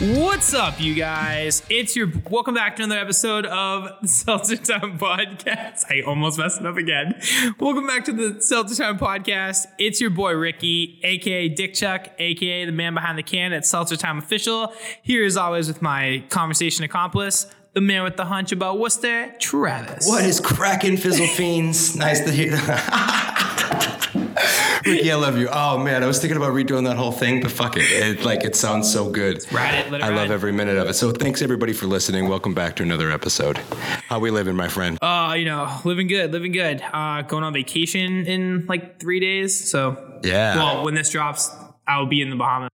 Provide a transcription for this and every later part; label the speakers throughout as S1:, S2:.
S1: What's up, you guys? It's your welcome back to another episode of the Seltzer Time Podcast. I almost messed it up again. Welcome back to the Seltzer Time Podcast. It's your boy Ricky, aka Dick Chuck, aka the man behind the can at Seltzer Time Official. Here, as always, with my conversation accomplice, the man with the hunch about what's there, Travis.
S2: What is cracking, Fizzle Fiends? Nice to hear Ricky, I love you. Oh man, I was thinking about redoing that whole thing, but fuck it. it like it sounds so good.
S1: Ride it, let it
S2: I
S1: ride.
S2: love every minute of it. So thanks everybody for listening. Welcome back to another episode. How we living, my friend?
S1: Uh, you know, living good, living good. Uh, going on vacation in like three days. So,
S2: Yeah.
S1: well, when this drops, I'll be in the Bahamas.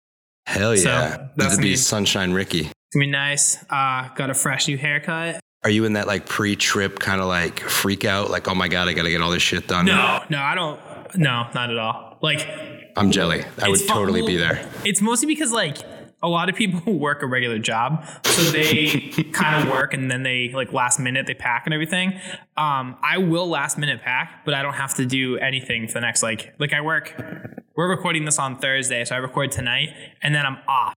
S2: Hell
S1: so,
S2: yeah.
S1: that's
S2: This would be
S1: me.
S2: Sunshine Ricky.
S1: It's gonna be nice. Uh, got a fresh new haircut.
S2: Are you in that like pre-trip kind of like freak out? Like, oh my god, I gotta get all this shit done.
S1: No, no, I don't. No, not at all. Like,
S2: I'm jelly. I
S1: it's
S2: would
S1: fu-
S2: totally
S1: well,
S2: be there.
S1: It's mostly because like a lot of people work a regular job, so they kind of work and then they like last minute they pack and everything. Um, I will last minute pack, but I don't have to do anything for the next like like I work. We're recording this on Thursday, so I record tonight and then I'm off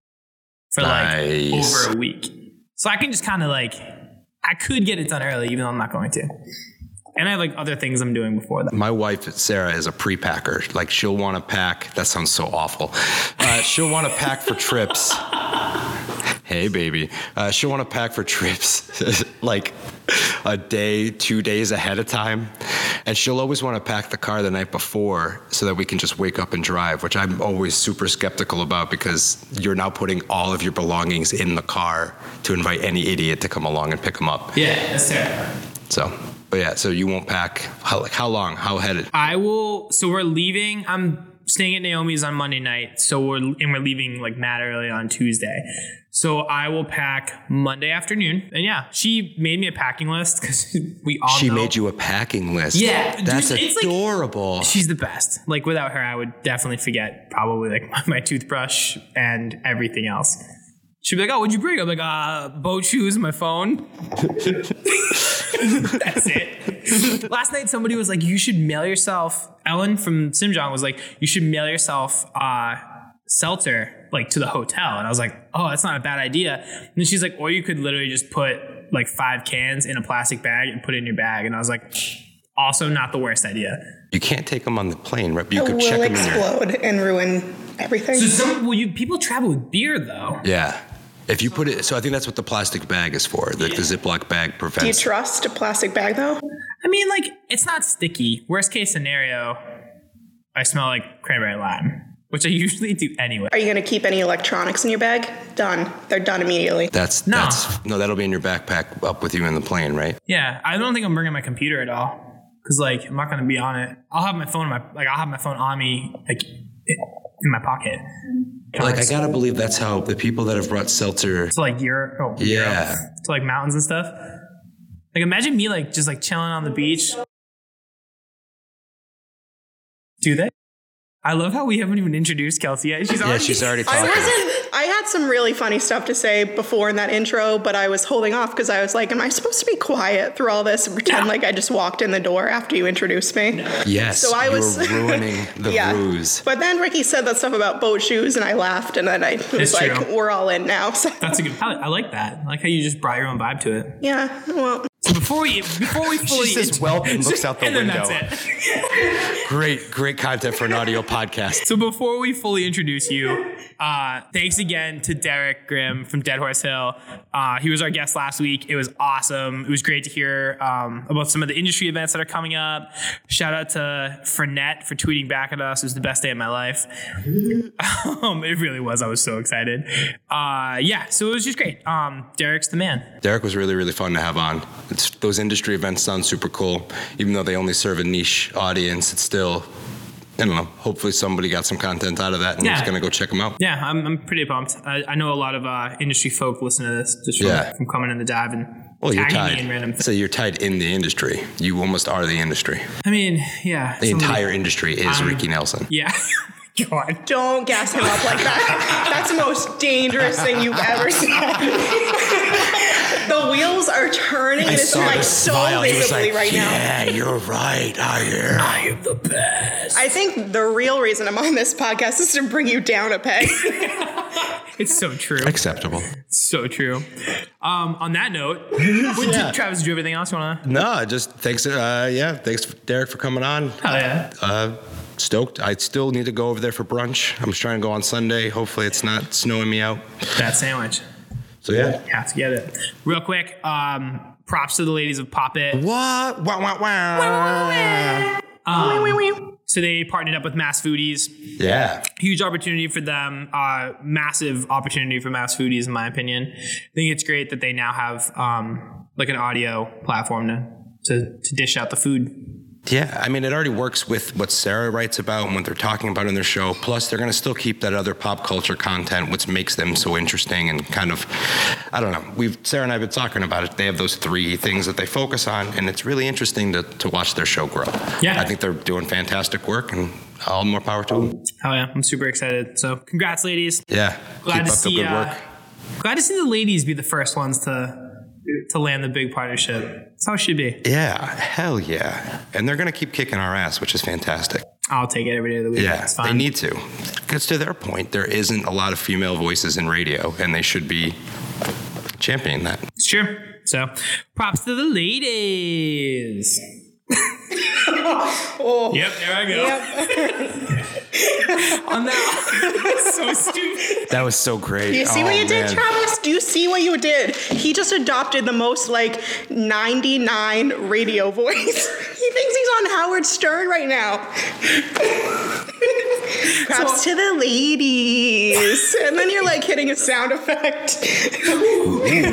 S1: for like
S2: Nice.
S1: over a week, so I can just kind of like I could get it done early, even though I'm not going to. And I have like other things I'm doing before that.
S2: My wife Sarah is a pre-packer. Like she'll want to pack. That sounds so awful. Uh, she'll want to pack for trips. hey, baby. Uh, she'll want to pack for trips like a day, two days ahead of time, and she'll always want to pack the car the night before so that we can just wake up and drive. Which I'm always super skeptical about because you're now putting all of your belongings in the car to invite any idiot to come along and pick them up.
S1: Yeah, that's terrible.
S2: So. But yeah, so you won't pack. How, like how long? How headed?
S1: I will. So we're leaving. I'm staying at Naomi's on Monday night. So we're and we're leaving like mad early on Tuesday. So I will pack Monday afternoon. And yeah, she made me a packing list because we all.
S2: She
S1: know-
S2: made you a packing list.
S1: Yeah, dude,
S2: that's
S1: it's like-
S2: adorable.
S1: She's the best. Like without her, I would definitely forget probably like my, my toothbrush and everything else. She'd be like, "Oh, what'd you bring?" I'm like, "Uh, boat shoes, my phone." That's it. Last night, somebody was like, "You should mail yourself." Ellen from Simjong was like, "You should mail yourself uh, seltzer like to the hotel." And I was like, "Oh, that's not a bad idea." And then she's like, "Or you could literally just put like five cans in a plastic bag and put it in your bag." And I was like, "Also, not the worst idea."
S2: you can't take them on the plane, right? But you
S3: It
S2: could
S3: will
S2: check them in your.
S3: explode and ruin everything.
S1: So some well, you people travel with beer though.
S2: Yeah. If you put it, so I think that's what the plastic bag is for. The, the Ziploc bag
S3: Do you
S2: prevents.
S3: trust a plastic bag though?
S1: I mean, like it's not sticky. Worst case scenario, I smell like cranberry lime, which I usually do anyway.
S3: Are you going to keep any electronics in your bag? Done. They're done immediately.
S2: that's
S1: No.
S2: that's no, that'll be in your backpack up with you in the plane, right?
S1: Yeah, I don't think I'm bringing my computer at all because like I'm not gonna be on it. I'll have my phone in my like I'll have my phone on me like in my pocket.
S2: Like I gotta believe that's how the people that have brought seltzer.
S1: to like Europe, oh,
S2: Yeah.
S1: Europe, to like mountains and stuff. Like imagine me like just like chilling on the beach. Do they? I love how we haven't even introduced Kelsey yet. She's already
S2: Yeah, she's already
S3: I
S2: talking.
S3: wasn't. I had some really funny stuff to say before in that intro, but I was holding off because I was like, "Am I supposed to be quiet through all this and pretend like I just walked in the door after you introduced me?"
S2: Yes,
S3: So I
S2: you
S3: was
S2: were ruining the
S3: Yeah.
S2: ruse.
S3: But then Ricky said that stuff about boat shoes, and I laughed, and then I was
S1: It's
S3: like,
S1: true.
S3: "We're all in now." So
S1: That's a good. I, I like that. I like how you just brought your own vibe to it.
S3: yeah, well,
S1: So before we before we fully
S2: says "Welp" and looks out the
S1: and then that's
S2: window.
S1: it.
S2: Great, great content for an audio podcast.
S1: So before we fully introduce you, uh, thanks again to Derek Grimm from Dead Horse Hill. Uh, he was our guest last week. It was awesome. It was great to hear um, about some of the industry events that are coming up. Shout out to Frenette for tweeting back at us. It was the best day of my life. um, it really was. I was so excited. Uh, yeah, so it was just great. Um, Derek's the man.
S2: Derek was really, really fun to have on. It's, those industry events sound super cool, even though they only serve a niche audience. It's still, I don't know. Hopefully, somebody got some content out of that and is
S1: Yeah.
S2: going to go check them out.
S1: Yeah, I'm, I'm pretty pumped. I, I know a lot of uh, industry folk listen to this just from,
S2: Yeah.
S1: from coming in the dive and
S2: Well, you're
S1: tagging
S2: tied.
S1: me in random things.
S2: So you're tied in the industry. You almost are the industry.
S1: I mean, yeah.
S2: The entire industry is Ricky Nelson.
S1: Yeah. God.
S3: don't gas him up like that. That's the most dangerous thing you've ever said. the wheels are turning. this is like so visibly right now.
S2: Yeah, you're right. I am.
S1: I am the best.
S3: I think the real reason I'm on this podcast is to bring you down a peg.
S1: It's so true.
S2: Acceptable.
S1: So true. Um, on that note, what, did, Travis, did you have anything else you want to?
S2: No, just thanks. Uh, yeah, thanks, Derek, for coming on.
S1: Oh, yeah.
S2: Uh, stoked. I still need to go over there for brunch. I'm just trying to go on Sunday. Hopefully, it's not snowing me out.
S1: That sandwich.
S2: So yeah.
S1: Have to get it. Real quick, um, props to the ladies of Pop It.
S2: What? Wow! Wow! Wow!
S1: Um, so they partnered up with Mass Foodies.
S2: Yeah.
S1: Huge opportunity for them. Uh, massive opportunity for Mass Foodies, in my opinion. I think it's great that they now have um, like an audio platform to, to to dish out the food.
S2: Yeah, I mean, it already works with what Sarah writes about and what they're talking about in their show. Plus, they're going to still keep that other pop culture content, which makes them so interesting and kind of, I don't know. We've Sarah and I have been talking about it. They have those three things that they focus on, and it's really interesting to, to watch their show grow.
S1: Yeah.
S2: I think they're doing fantastic work, and all more power to them.
S1: Hell yeah, I'm super excited. So congrats, ladies.
S2: Yeah, keep
S1: Glad to
S2: up
S1: see.
S2: the good
S1: uh,
S2: work.
S1: Glad to see the ladies be the first ones to to land the big partnership. That's how it should be.
S2: Yeah, hell yeah. And they're going to keep kicking our ass, which is fantastic.
S1: I'll take it every day of the week.
S2: Yeah,
S1: it's
S2: they
S1: fine.
S2: need to. Because to their point, there isn't a lot of female voices in radio, and they should be championing that.
S1: it's true. So, props to the ladies.
S3: Oh.
S1: Yep, there I go. On that, so stupid.
S2: That was so great. Oh,
S3: Do you see what you did, Travis? Do you see what you did? He just adopted the most like 99 radio voice. he thinks he's on Howard Stern right now. Props to the ladies. and then you're like hitting a sound effect. Hear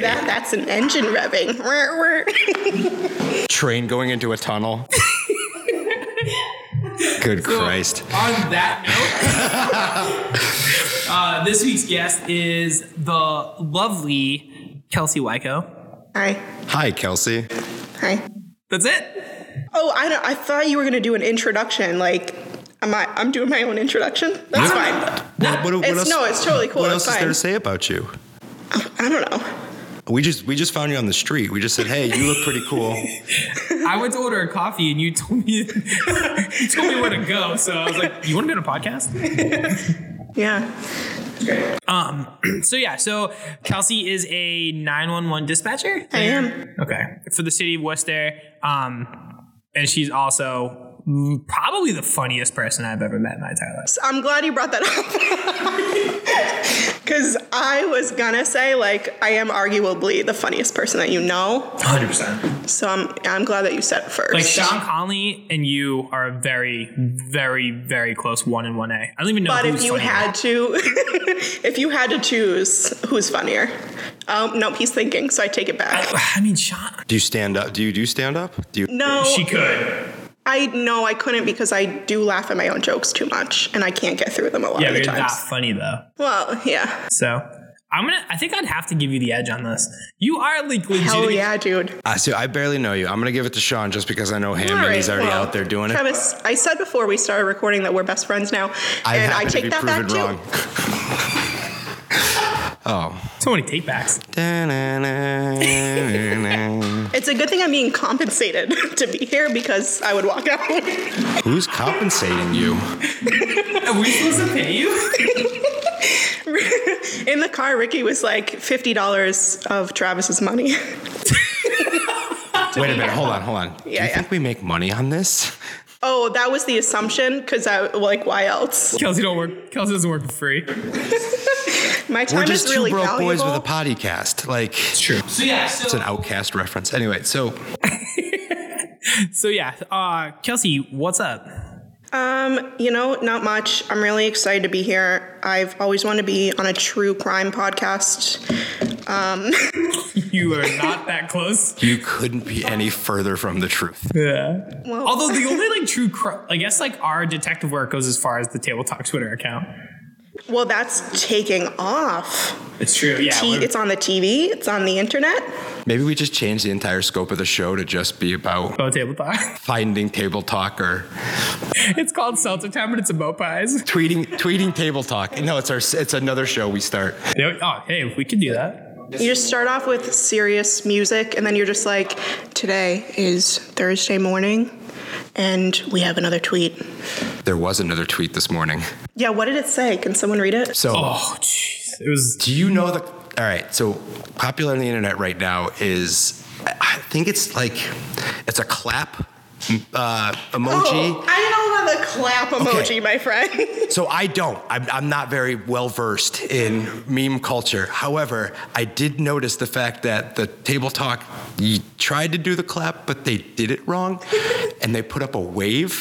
S3: that? That's an engine revving.
S2: Train going into a tunnel. Good Christ.
S1: On that note, uh, this week's guest is the lovely Kelsey Wyko.
S3: Hi.
S2: Hi, Kelsey.
S3: Hi.
S1: That's it.
S3: Oh, I, don't- I thought you were going to do an introduction. Like, am I, I'm doing my own introduction? That's fine.
S2: What, what, what
S3: It's-
S2: else,
S3: no, it's totally cool.
S2: What
S3: It's
S2: else is there
S3: fine.
S2: to say about you?
S3: I don't know.
S2: We just we just found you on the street. We just said, "Hey, you look pretty cool."
S1: I went to order a coffee and you told me you told me where to go. So I was like, "You want to be on a podcast?"
S3: Yeah.
S1: Um, So yeah, so Kelsey is a 911 dispatcher.
S3: I am.
S1: Okay. For the city of West Air. Um, and she's also probably the funniest person I've ever met in my entire life.
S3: So I'm glad you brought that up. Because I was gonna say, like, I am arguably the funniest person that you know.
S1: 100%.
S3: So I'm I'm glad that you said it first.
S1: Like Sean Conley and you are a very, very, very close one and one A. I don't even know.
S3: but
S1: who's
S3: if you
S1: funnier.
S3: had to if you had to choose who's funnier. Um nope, he's thinking, so I take it back.
S1: I mean, Sean.
S2: Do you stand up? Do you do stand up? Do you?
S3: No,
S1: She could.
S3: I no, I couldn't because I do laugh at my own jokes too much, and I can't get through them a lot
S1: Yeah,
S3: of
S1: but
S3: the
S1: you're that
S3: times.
S1: funny though.
S3: Well, yeah,
S1: So I'm gonna. I think I'd have to give you the edge on this. You are like legit.
S3: hell yeah, dude.
S2: I see. I barely know you. I'm gonna give it to Sean just because I know him
S3: All
S2: and
S3: right,
S2: he's already
S3: well,
S2: out there doing it.
S3: Travis, I said before we started recording that we're best friends now, and I
S2: happen to
S3: take
S2: be
S3: that back
S2: proven
S3: too.
S1: So many takebacks.
S2: wrong.
S3: It's a good thing I'm being compensated to be here because I would walk out.
S2: Who's compensating you?
S1: Are we supposed to pay you?
S3: In the car, Ricky was like fifty dollars of Travis's money.
S2: Wait a minute. Hold on. Hold on. Do you
S3: Yeah, yeah.
S2: think we make money on this?
S3: Oh, that was the assumption because I like why else?
S1: Kelsey don't work. Kelsey doesn't work for free.
S3: My time
S2: We're just
S3: is
S2: two
S3: really
S2: broke
S3: valuable.
S2: boys with a potty cast. Like it's
S1: True. So yeah. So,
S2: an outcast reference. Anyway, so
S1: so yeah. Uh, Kelsey, what's up?
S3: Um, you know, not much. I'm really excited to be here. I've always wanted to be on a true crime podcast. Um,
S1: You are not that close.
S2: you couldn't be any further from the truth.
S1: Yeah.
S3: well,
S1: Although the only like true, cr- I guess like our detective work goes as far as the Table Talk Twitter account.
S3: well, that's taking off.
S1: It's true. Yeah.
S3: T-
S1: we're-
S3: it's on the TV. It's on the internet.
S2: Maybe we just change the entire scope of the show to just be about
S1: about table talk.
S2: finding table talk or
S1: It's called Seltzer Time, but it's about pies.
S2: tweeting tweeting table talk. No, it's our it's another show we start.
S1: Yeah, Oh, hey, we could do that.
S3: You just start off with serious music, and then you're just like, today is Thursday morning. And we have another tweet.
S2: There was another tweet this morning.
S3: Yeah, what did it say? Can someone read it?
S2: So,
S1: Oh, jeez. It was
S2: do you know the? All right. So, popular on the internet right now is, I I think it's like, it's a clap uh, emoji.
S3: Oh, I don't have a clap emoji,
S2: Okay.
S3: my friend.
S2: So I don't. I'm, I'm not very well versed in meme culture. However, I did notice the fact that the table talk y- tried to do the clap, but they did it wrong, and they put up a wave.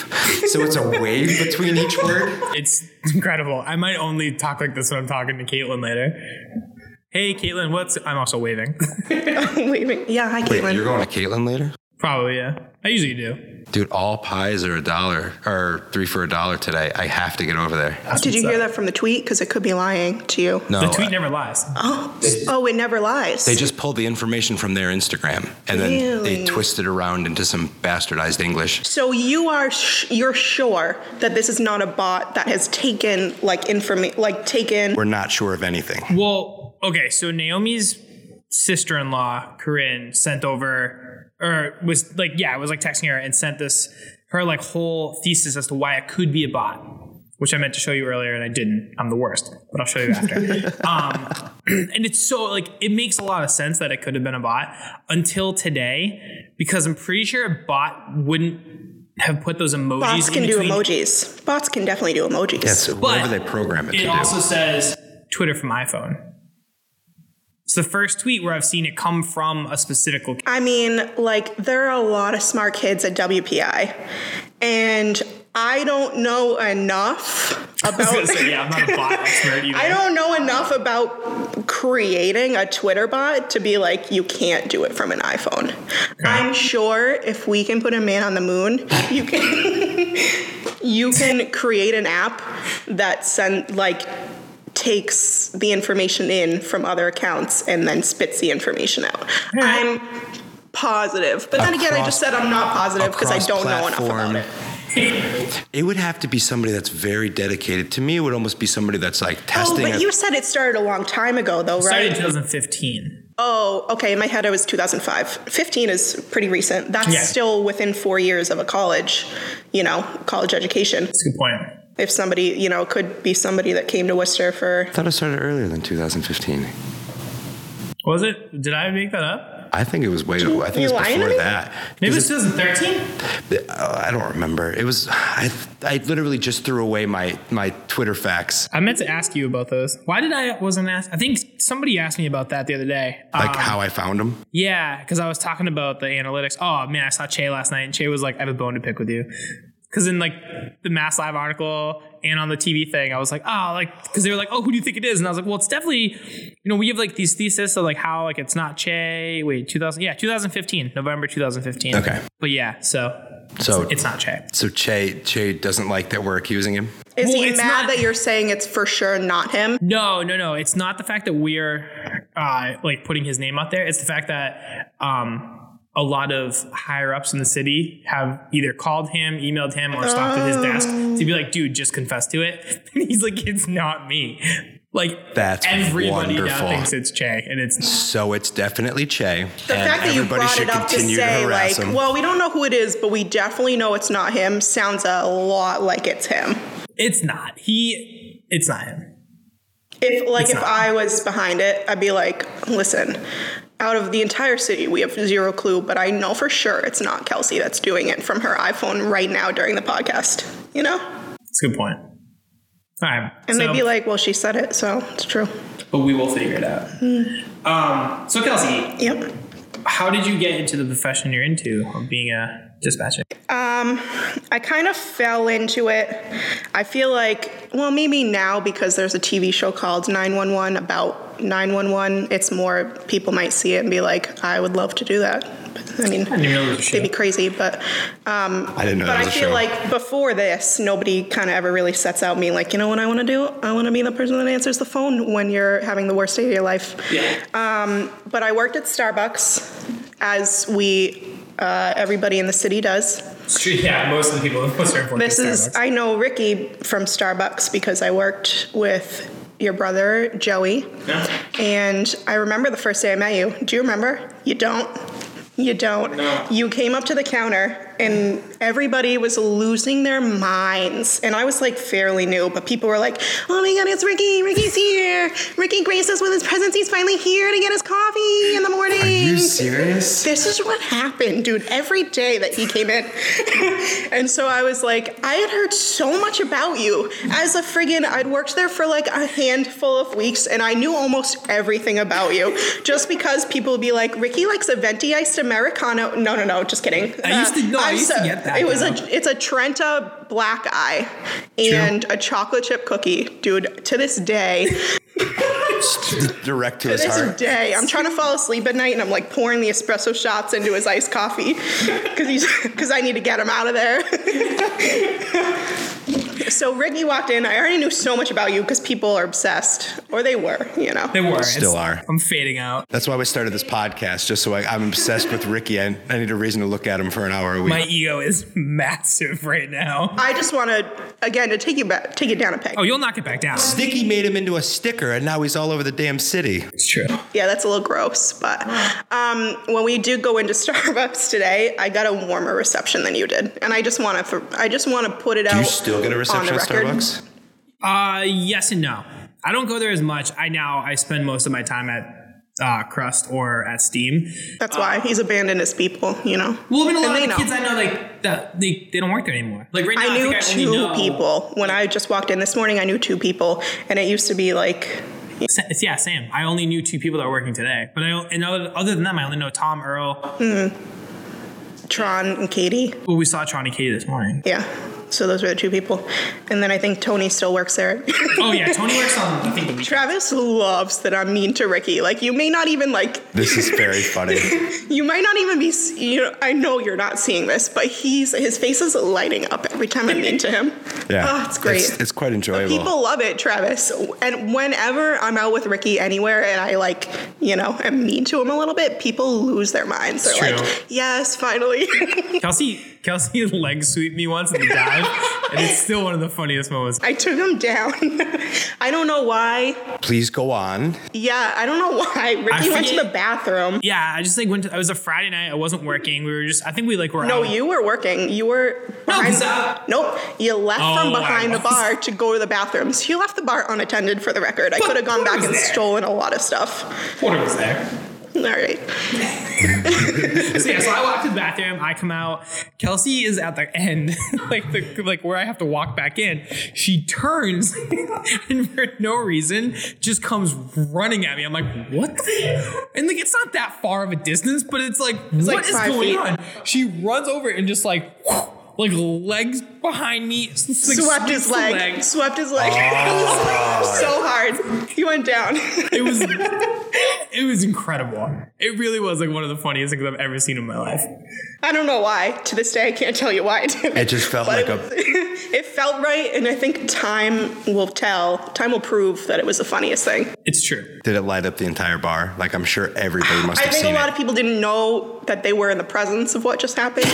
S2: So it's a wave between each word.
S1: it's incredible. I might only talk like this when I'm talking to Caitlin later. Hey, Caitlin, what's? I'm also waving.
S3: Waving. Yeah, hi,
S2: Wait,
S3: Caitlin.
S2: you're going to Caitlin later,
S1: Probably, yeah. I usually do.
S2: dude. All pies are a dollar or three for a dollar today. I have to get over there.
S3: Did you hear that from the tweet? Because it could be lying to you.
S2: No,
S1: The tweet never lies.
S3: Oh, it never lies.
S2: They just pulled the information from their Instagram and then they
S3: Really?
S2: twist it around into some bastardized English.
S3: so you are sh- you're sure that this is not a bot that has taken like information like taken
S2: We're not sure of anything.
S1: Well, okay, so Naomi's sister in law, Corinne, sent over or was like, yeah, I was like texting her and sent this her like whole thesis as to why it could be a bot, which I meant to show you earlier and I didn't. I'm the worst, but I'll show you after. um, and it's so like it makes a lot of sense that it could have been a bot until today, because I'm pretty sure a bot wouldn't have put those emojis.
S3: bots
S1: in
S3: can do
S1: between.
S3: emojis. Bots can definitely do emojis.
S2: Yes, whatever they program it,
S1: It
S2: to
S1: also
S2: do.
S1: says Twitter from iPhone. It's the first tweet where I've seen it come from a specific location.
S3: I mean, like, there are a lot of smart kids at WPI, and I don't know enough
S1: I was
S3: about.
S1: gonna say, yeah, I'm not a bot expert either.
S3: I don't know enough about creating a Twitter bot to be like, you can't do it from an iPhone. I'm sure if we can put a man on the moon, you can you can create an app that send like takes the information in from other accounts and then spits the information out. I'm positive. But then again, I
S2: Across-
S3: just said I'm not positive because I don't know enough about
S2: Across-platform.
S3: it.
S2: It would have to be somebody that's very dedicated. To me, it would almost be somebody that's like
S3: Oh,
S2: testing.
S3: but
S2: it.
S3: you said it started a long time ago though,
S1: It started in
S3: right?
S1: 2015.
S3: Oh, okay. In my head, it was 2005. 15 is pretty recent. That's
S1: Yeah.
S3: still within four years of a college, you know, college education.
S1: That's a good point.
S3: If somebody, you know, could be somebody that came to Worcester for.
S2: I thought it started earlier than 2015.
S1: Was it? Did I make that up?
S2: I think it was way. I think
S3: you
S2: it's
S3: lying to
S2: before
S3: me?
S2: that.
S1: Maybe it was 2013.
S2: Uh, I don't remember. It was. I, I literally just threw away my my Twitter facts.
S1: I meant to ask you about those. Why did I wasn't asked? I think somebody asked me about that the other day. Um,
S2: Like
S3: Um,
S2: how I found them.
S1: Yeah, because I was talking about the analytics. Oh man, I saw Che last night, and Che was like, "I have a bone to pick with you," because in like the Mass Live article and on the TV thing, I was like, "Oh, like," because they were like, "Oh, who do you think it is?" And I was like, "Well, it's definitely, you know, we have like these theses of like how like it's not Che. Wait, 2000, yeah, 2015, November 2015.
S2: Okay.
S1: but yeah, so
S2: So
S1: it's not Che.
S2: so Che Che doesn't like that we're accusing him.
S3: Is
S1: Well,
S3: he
S1: it's
S3: mad
S1: not-
S3: that you're saying it's for sure not him?
S1: No, no, no. It's not the fact that we're uh, like putting his name out there. It's the fact that um, a lot of higher ups in the city have either called him, emailed him, or stopped at his desk to be like, "Dude, just confess to it." And he's like, "It's not me." Like
S2: That's
S1: everybody now
S2: wonderful.
S1: thinks it's Che, and it's
S2: So it's definitely Che.
S3: The
S2: and
S3: fact that you
S2: everybody
S3: brought
S2: should
S3: it up to
S2: continue to
S3: say,
S2: harass
S3: like,
S2: him.
S3: well, we don't know who it is, but we definitely know it's not him sounds a lot like it's him.
S1: it's not he. It's not him.
S3: If like
S1: It's
S3: if
S1: not.
S3: I was behind it, I'd be like, listen, out of the entire city, we have zero clue, but I know for sure it's not Kelsey that's doing it from her iPhone right now during the podcast. You know?
S1: It's a good point. All right,
S3: And
S1: so-
S3: they'd be like, well, she said it, so it's true.
S1: but we will figure it out.
S3: Hmm.
S1: Um, so Kelsey,
S3: Yep.
S1: how did you get into the profession you're into of being a dispatcher?
S3: Um, I kind of fell into it. I feel like, well, maybe now because there's a TV show called 911 about 911, it's more people might see it and be like, I would love to do that. I mean,
S1: didn't even know there was a
S3: they'd be
S1: show.
S3: crazy, but um,
S2: I didn't know
S3: But
S2: there was
S3: I
S2: a
S3: feel
S2: show.
S3: like before this, nobody kind of ever really sets out me like, you know what I want to do? I want to be the person that answers the phone when you're having the worst day of your life. Um,
S1: Yeah.
S3: But I worked at Starbucks, as we uh, everybody in the city does.
S1: yeah, most of the people in Western Florida.
S3: This is I know Ricky from Starbucks because I worked with your brother Joey, and I remember the first day I met you. Do you remember? You don't. You don't.
S1: No.
S3: You came up to the counter and everybody was losing their minds. And I was like fairly new, but people were like, oh my God, it's Ricky. Ricky's here. Ricky graced us with his presence. He's finally here to get his coffee in the morning.
S4: Are you serious?
S3: This is what happened, dude, every day that he came in. and so I was like, I had heard so much about you as a friggin', I'd worked there for like a handful of weeks and I knew almost everything about you just because people would be like, Ricky likes a venti iced Americano. No, no, no, just kidding.
S1: I used to- no, I
S3: I'm
S1: used to get that
S3: It was
S1: now.
S3: a, it's a Trenta black eye and a chocolate chip cookie, dude, to this day.
S2: Direct to
S3: To
S2: his
S3: this
S2: heart.
S3: day, I'm trying to fall asleep at night, and I'm like pouring the espresso shots into his iced coffee because he's because I need to get him out of there. so Ricky walked in. I already knew so much about you because people are obsessed, or they were, you know.
S1: They were.
S2: Still are.
S1: I'm fading out.
S2: That's why we started this podcast, just so I, I'm obsessed with Ricky. I, I need a reason to look at him for an hour a week.
S1: My ego is massive right now.
S3: I just want to again to take you back, take it down a peg.
S1: Oh, you'll knock it back down.
S2: Sticky made him into a sticker, and now he's all over the damn city.
S1: It's true.
S3: Yeah, that's a little gross, but um, when we do go into Starbucks today, I got a warmer reception than you did, and I just want to I just want to put it out.
S2: Do you still get a reception
S3: Oh,
S2: at
S3: on the record.
S2: Starbucks?
S1: Uh, yes and no. I don't go there as much. I now I spend most of my time at uh, Crust or at Steam.
S3: That's why he's abandoned his people, you know.
S1: Ah. Well, I mean, a
S3: And
S1: lot of
S3: they
S1: the
S3: know.
S1: kids I know like that they, they don't work there anymore. Like right now,
S3: I
S1: I,
S3: knew
S1: think I only
S3: two
S1: know-
S3: people when I just walked in this morning. I knew two people, and it used to be like,
S1: Sa- It's, yeah, same. I only knew two people that are working today, but I don't- and other, other than them, I only know Tom Earl.
S3: Tron and Katie.
S1: Well, we saw Tron and Katie this morning.
S3: Yeah, so those were the two people, and then I think Tony still works there.
S1: Oh yeah, Tony works on I think the weekend.
S3: Travis loves that I'm mean to Ricky. Like you may not even like
S2: This is very funny.
S3: you might not even be. s- You know, I know you're not seeing this, but he's his face is lighting up every time I'm mean to him.
S2: Yeah,
S3: oh, it's great.
S2: It's, it's quite enjoyable.
S3: People love it, Travis. And whenever I'm out with Ricky anywhere and I like, you know, am mean to him a little bit, people lose their minds. They're
S1: true.
S3: like, yes, finally.
S1: Kelsey Kelsey leg sweep me once in the dive, and it's still one of the funniest moments.
S3: I took him down. I don't know why.
S2: Please go on.
S3: Yeah, I don't know why. Ricky went to
S1: forget-
S3: the bathroom.
S1: Yeah, I just like went. To, it was a Friday night. I wasn't working. We were just. I think we like were.
S3: No,
S1: out.
S3: you were working. You were
S1: No,
S3: behind.
S1: 'cause, uh,
S3: nope, you left from
S1: Oh, I
S3: behind the
S1: was.
S3: bar to go to the bathroom. So you left the bar unattended for the record. I
S1: But
S3: could have gone
S1: who
S3: back
S1: was
S3: and
S1: there?
S3: stolen a lot of stuff.
S1: Porter was there.
S3: All right.
S1: So yeah, so I walk to the bathroom. I come out. Kelsey is at the end, like the like where I have to walk back in. She turns, and for no reason, just comes running at me. I'm like, what? the-" And like, it's not that far of a distance, but it's like, what is
S3: like five
S1: going
S3: feet.
S1: on? She runs over and just like. Like legs behind me, s- s- like,
S3: swept his
S1: sweeps the
S3: leg,
S1: legs.
S3: Swept his
S2: Oh,
S3: leg. it was so hard. He went down.
S1: It was, it was incredible. It really was like one of the funniest things I've ever seen in my life.
S3: I don't know why. To this day, I can't tell you why. I did
S2: It just felt
S3: But
S2: like a.
S3: It felt right, and I think time will tell. Time will prove that it was the funniest thing.
S1: It's true.
S2: Did it light up the entire bar? Like I'm sure everybody must
S3: Ah, I
S2: have
S3: think a
S2: seen
S3: lot
S2: it.
S3: of people didn't know that they were in the presence of what just happened.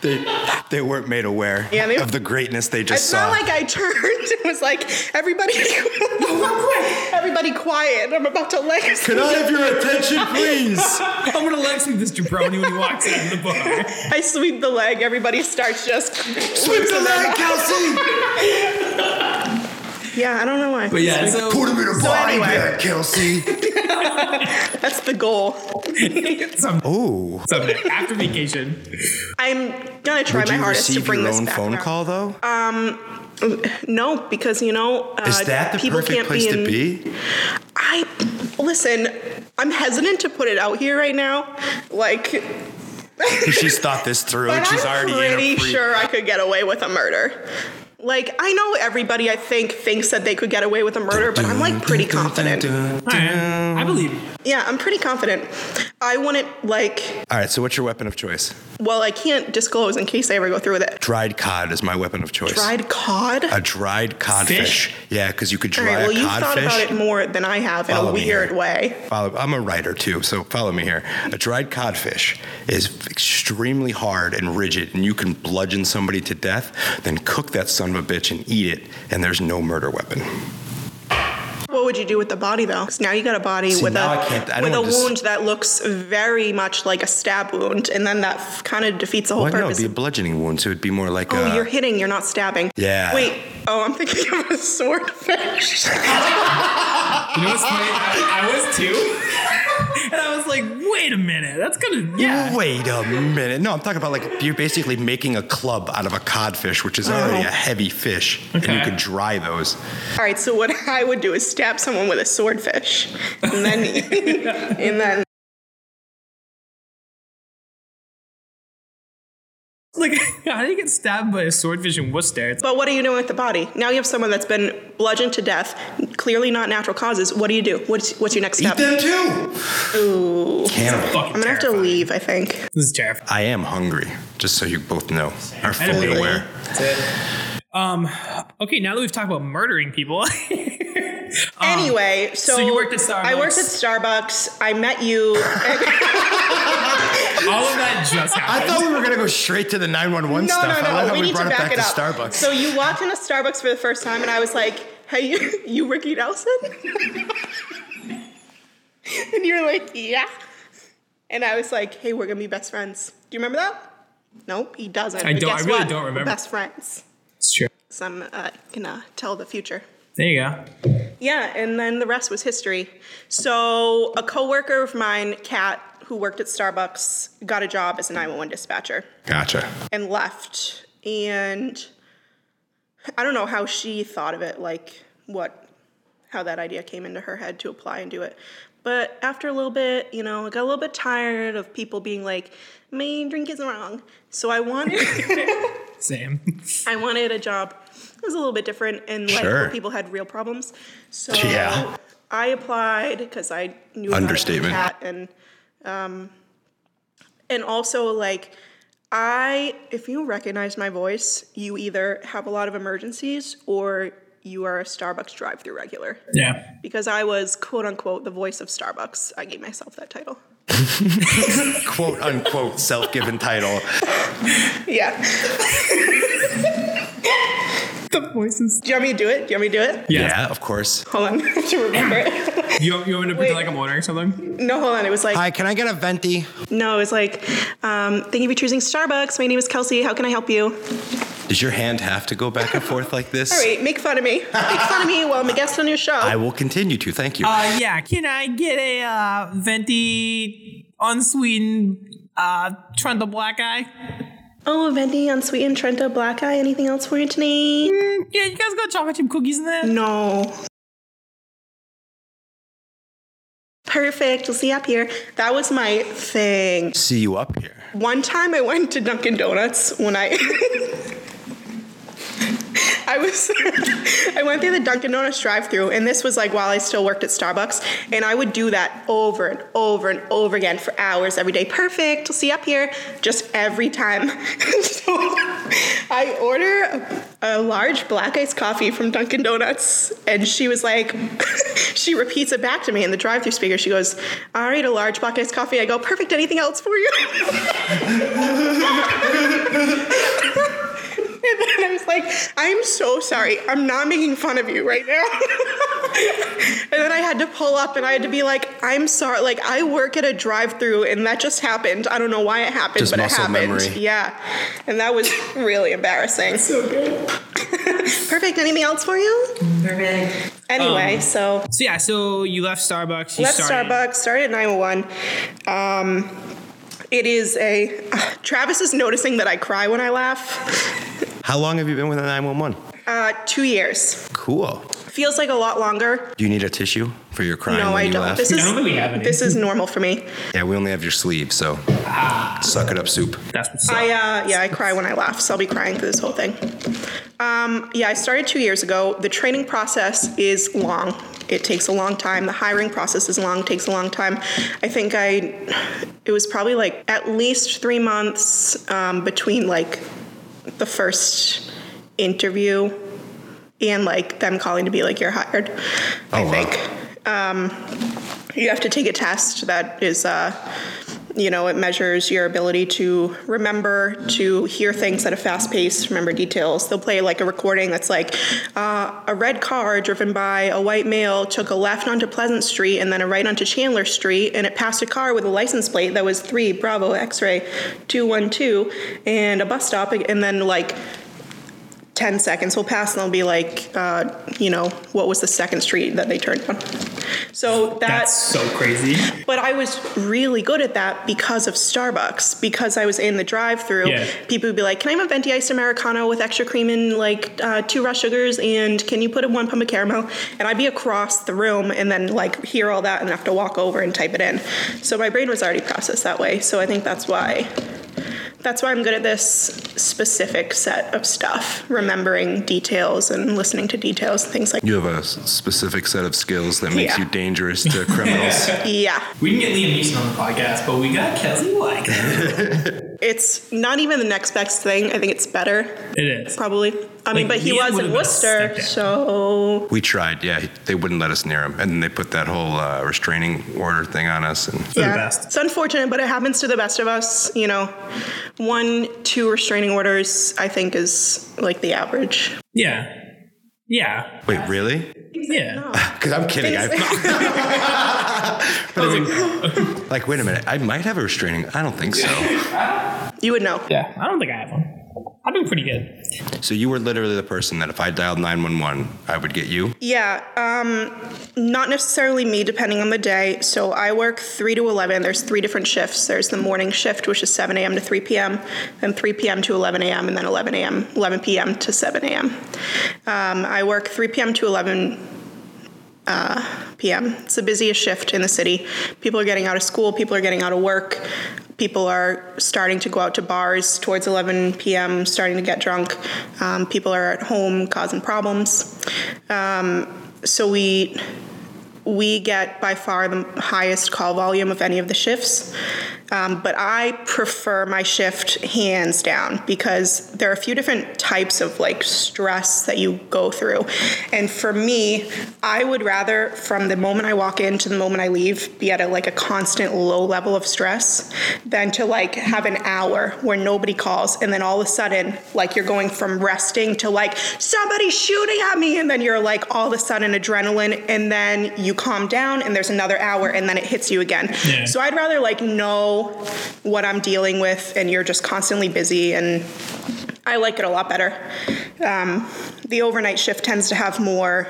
S2: they, they weren't made aware
S3: Yeah, they-
S2: of the greatness they just
S3: It's
S2: saw.
S3: not like I turned and was like, everybody, everybody quiet. I'm about to leg.
S2: Can I have your attention, please?
S1: I'm gonna leg sweep this jabroni when he walks out of the bar.
S3: I sweep the leg. Everybody starts just.
S2: Sweep the leg, Kelsey.
S3: Yeah, I don't know why.
S1: But yeah, so
S2: Put him in a
S3: So
S2: body
S3: anyway.
S2: bag, Kelsey.
S3: That's the goal.
S1: some,
S2: Ooh.
S1: someday after vacation,
S3: I'm gonna try
S2: Would
S3: my
S2: you
S3: hardest to
S2: receive
S3: bring
S2: your
S3: this
S2: own
S3: back
S2: phone
S3: around. Uh,
S2: call though?
S3: No, because you know, uh,
S2: Is that the
S3: people
S2: perfect
S3: can't
S2: place
S3: be in,
S2: to be?
S3: I listen. I'm hesitant to put it out here right now, like.
S2: She's thought this through.
S3: But
S2: and She's
S3: I'm
S2: already
S3: pretty
S2: in a free-
S3: sure I could get away with a murder. Like I know everybody, I think, thinks that they could get away with a murder, but I'm like pretty confident.
S1: I believe. you.
S3: Yeah, I'm pretty confident. I wouldn't like.
S2: All right, so what's your weapon of choice?
S3: Well, I can't disclose in case I ever go through with it.
S2: Dried cod is my weapon of choice.
S3: Dried cod.
S2: a dried codfish.
S1: Fish?
S2: Yeah, because you could
S3: All
S2: dry
S3: right. Well,
S2: a
S3: you've thought
S2: codfish.
S3: about it more than I have in a
S2: Follow me
S3: weird
S2: here.
S3: way.
S2: Follow, I'm a writer too, so follow me here. A dried codfish is extremely hard and rigid, and you can bludgeon somebody to death, then cook that son of a bitch and eat it, and there's no murder weapon.
S3: Whoa, what would you do with the body though? 'Cause now you got a body
S2: See,
S3: with
S2: now I
S3: a
S2: can't- I don't
S3: with a
S2: wanna just-
S3: wound that looks very much like a stab wound, and then that kind of defeats the whole
S2: Well, no, it'd
S3: purpose.
S2: be a
S3: of-
S2: bludgeoning wound, so it'd be more like
S3: oh,
S2: a.
S3: you're hitting, you're not stabbing.
S2: Yeah.
S3: Wait. Oh, I'm thinking of a swordfish.
S1: You know what's funny? I, I was too, and I was like, "Wait a minute, that's gonna yeah."
S2: Wait a minute. No, I'm talking about like you're basically making a club out of a codfish, which
S3: Oh.
S2: is already a heavy fish, and
S1: Okay.
S2: you could dry those.
S3: All right. So what I would do is stab someone with a swordfish, and then and then
S1: Like, how do you get stabbed by a swordfish in Worcester? It's
S3: But what are you doing with the body? Now you have someone that's been bludgeoned to death, clearly not natural causes. What do you do? What's, what's your next step?
S2: Eat them too.
S3: Ooh.
S2: Cannibal.
S1: fucking
S3: I'm gonna have to
S1: terrifying.
S3: leave, I think.
S1: This is terrifying.
S2: I am hungry, just so you both know. Are
S1: I don't
S2: fully
S1: know.
S2: aware.
S1: That's it. Um. Okay, now that we've talked about murdering people,
S3: anyway, so,
S1: so you worked at Starbucks.
S3: I worked at Starbucks. I met you.
S1: all of that just
S2: I
S1: happened.
S2: thought we were gonna go straight to the 911
S3: no,
S2: stuff.
S3: no,
S2: I love
S3: no.
S2: how
S3: We,
S2: we,
S3: need to
S2: brought
S3: back
S2: it
S3: it
S2: back to
S3: up.
S2: Starbucks.
S3: So you walked into Starbucks for the first time, and I was like, "Hey, you, you Ricky Nelson?" and you're like, "Yeah." And I was like, "Hey, we're gonna be best friends." Do you remember that? Nope, he doesn't.
S1: I
S3: But
S1: don't- I
S3: guess
S1: really
S3: what?
S1: don't
S3: We're
S1: remember.
S3: best friends.
S1: It's true.
S3: So I'm uh, gonna tell the future.
S1: There you go.
S3: Yeah, and then the rest was history. So a coworker of mine, Kat, who worked at Starbucks, got a job as a 911 dispatcher
S2: gotcha.
S3: and left. And I don't know how she thought of it, like what, how that idea came into her head to apply and do it. But after a little bit, you know, I got a little bit tired of people being like, "My drink is wrong," so I wanted.
S1: Same.
S3: I wanted a job that was a little bit different and like where
S2: Sure.
S3: people had real problems. So
S2: Yeah.
S3: I applied because I knew about it with
S2: Understatement.
S3: Kat and um, and also like I if you recognize my voice, you either have a lot of emergencies or you are a Starbucks drive-through regular
S1: Yeah.
S3: because I was quote unquote the voice of Starbucks. I gave myself that title.
S2: Quote unquote self-given title.
S3: Yeah.
S1: The voices.
S3: Do you want me to do it? Do you want me to do it?
S1: Yeah.
S2: of course.
S3: Hold on, I have to remember it.
S1: You, you want me to
S3: Wait.
S1: pretend like I'm ordering something?
S3: no, hold on. It was like
S2: Hi, can I get a venti?
S3: No, it's like, um, thank you for choosing Starbucks. My name is Kelsey. How can I help you?
S2: Does your hand have to go back and forth like this?
S3: All right, make fun of me. Make fun of me while I'm a guest on your show.
S2: I will continue to. Thank you.
S1: Uh, yeah. Can I get a uh, venti unsweetened uh, Trundle black eye?
S3: oh, Vendi on Sweet and Trenta Black Eye. Anything else for you today?
S1: Yeah, you guys got chocolate chip cookies in there?
S3: No. Perfect. We'll see you up here. That was my thing.
S2: See you up here.
S3: One time I went to Dunkin' Donuts when I I was I went through the Dunkin' Donuts drive-through and this was like while I still worked at Starbucks and I would do that over and over and over again for hours every day. Perfect. We'll see you up here just every time. so I order a, a large black iced coffee from Dunkin' Donuts and she was like she repeats it back to me in the drive-through speaker. She goes, "All right, a large black iced coffee." I go, "Perfect. Anything else for you?" And then I was like, I'm so sorry. I'm not making fun of you right now. and then I had to pull up and I had to be like, I'm sorry. Like, I work at a drive through and that just happened. I don't know why it happened,
S2: Just
S3: but it
S2: muscle
S3: happened.
S2: memory.
S3: Yeah. And that was really embarrassing. So good. Perfect. Anything else for you? Perfect.
S2: Um,
S3: Anyway, so
S1: So yeah, so you left Starbucks. You
S3: left
S1: started,
S3: Starbucks, started at 901. Um, it is a. Travis is noticing that I cry when I laugh.
S2: How long have you been with a 911?
S3: Uh, two years.
S2: Cool.
S3: feels like a lot longer.
S2: Do you need a tissue for your crying?
S3: no,
S2: when
S3: I
S2: you
S3: don't.
S2: laugh?
S3: This
S1: I don't
S3: is
S1: really have any.
S3: this is normal for me.
S2: yeah, we only have your sleeve, so suck it up, soup.
S1: That's what's up.
S3: I uh, yeah, I cry when I laugh, so I'll be crying through this whole thing. Um, yeah, I started two years ago. The training process is long. It takes a long time. The hiring process is long. Takes a long time. I think I, it was probably like at least three months um, between like the first interview and like them calling to be like you're hired. I
S2: wow.
S3: think. Um, you have to take a test that is uh, you know, it measures your ability to remember, to hear things at a fast pace, remember details. They'll play like a recording that's like uh, a red car driven by a white male took a left onto Pleasant Street and then a right onto Chandler Street, and it passed a car with a license plate that was 3 Bravo X ray 212 and a bus stop, and then like 10 seconds will pass and they'll be like, uh, you know, what was the second street that they turned on? So
S1: That's
S3: that's.
S1: so crazy.
S3: But I was really good at that because of Starbucks, because I was in the drive through.
S1: Yeah.
S3: People would be like, Can I have a venti iced Americano with extra cream and like uh, two raw sugars? And can you put in one pump of caramel? And I'd be across the room and then like hear all that and have to walk over and type it in. So my brain was already processed that way. So I think that's why. That's why I'm good at this specific set of stuff, remembering details and listening to details and things like
S2: You have a s- specific set of skills that makes
S3: Yeah.
S2: you dangerous to criminals.
S3: Yeah.
S1: We can get Liam Neeson on the podcast, but we got Kelsey Wick.
S3: It's not even the next best thing. I think it's better.
S1: It is.
S3: Probably. I mean,
S1: Like,
S3: but he
S1: Liam
S3: was
S1: would've
S3: in
S1: been a
S3: Worcester,
S1: stepdad.
S3: so
S2: we tried, yeah. he- They wouldn't let us near him, and they put that whole uh, restraining order thing on us. And
S1: the
S3: yeah.
S1: best.
S3: It's unfortunate, but it happens to the best of us. You know, one, two restraining orders, I think, is like the average.
S1: Yeah. Yeah.
S2: wait, really?
S1: Yeah.
S2: Because I'm kidding. I,
S1: I was like,
S2: Like, wait a minute. I might have a restraining. I don't think so.
S3: you would know.
S1: yeah. I don't think I have one. I've been pretty good.
S2: so you were literally the person that if I dialed 911, I would get you.
S3: Yeah, um, not necessarily me, depending on the day. So I work 3 to 11. There's three different shifts. There's the morning shift, which is 7 a.m. to 3 p.m., then 3 p.m. to 11 a.m., and then 11 a.m., 11 p.m. to 7 a.m. Um, I work 3 p.m. to 11 p.m. It's the busiest shift in the city. People are getting out of school, people are getting out of work, people are starting to go out to bars towards 11 p.m., starting to get drunk. Um, people are at home causing problems. Um, so we we get by far the highest call volume of any of the shifts. Um, but I prefer my shift hands down because there are a few different types of like stress that you go through. And for me, I would rather from the moment I walk in to the moment I leave be at a, like a constant low level of stress than to like have an hour where nobody calls and then all of a sudden like you're going from resting to like somebody's shooting at me and then you're like all of a sudden adrenaline and then you calm down and there's another hour and then it hits you again.
S1: Yeah.
S3: So I'd rather like know what I'm dealing with and you're just constantly busy and I like it a lot better. Um, the overnight shift tends to have more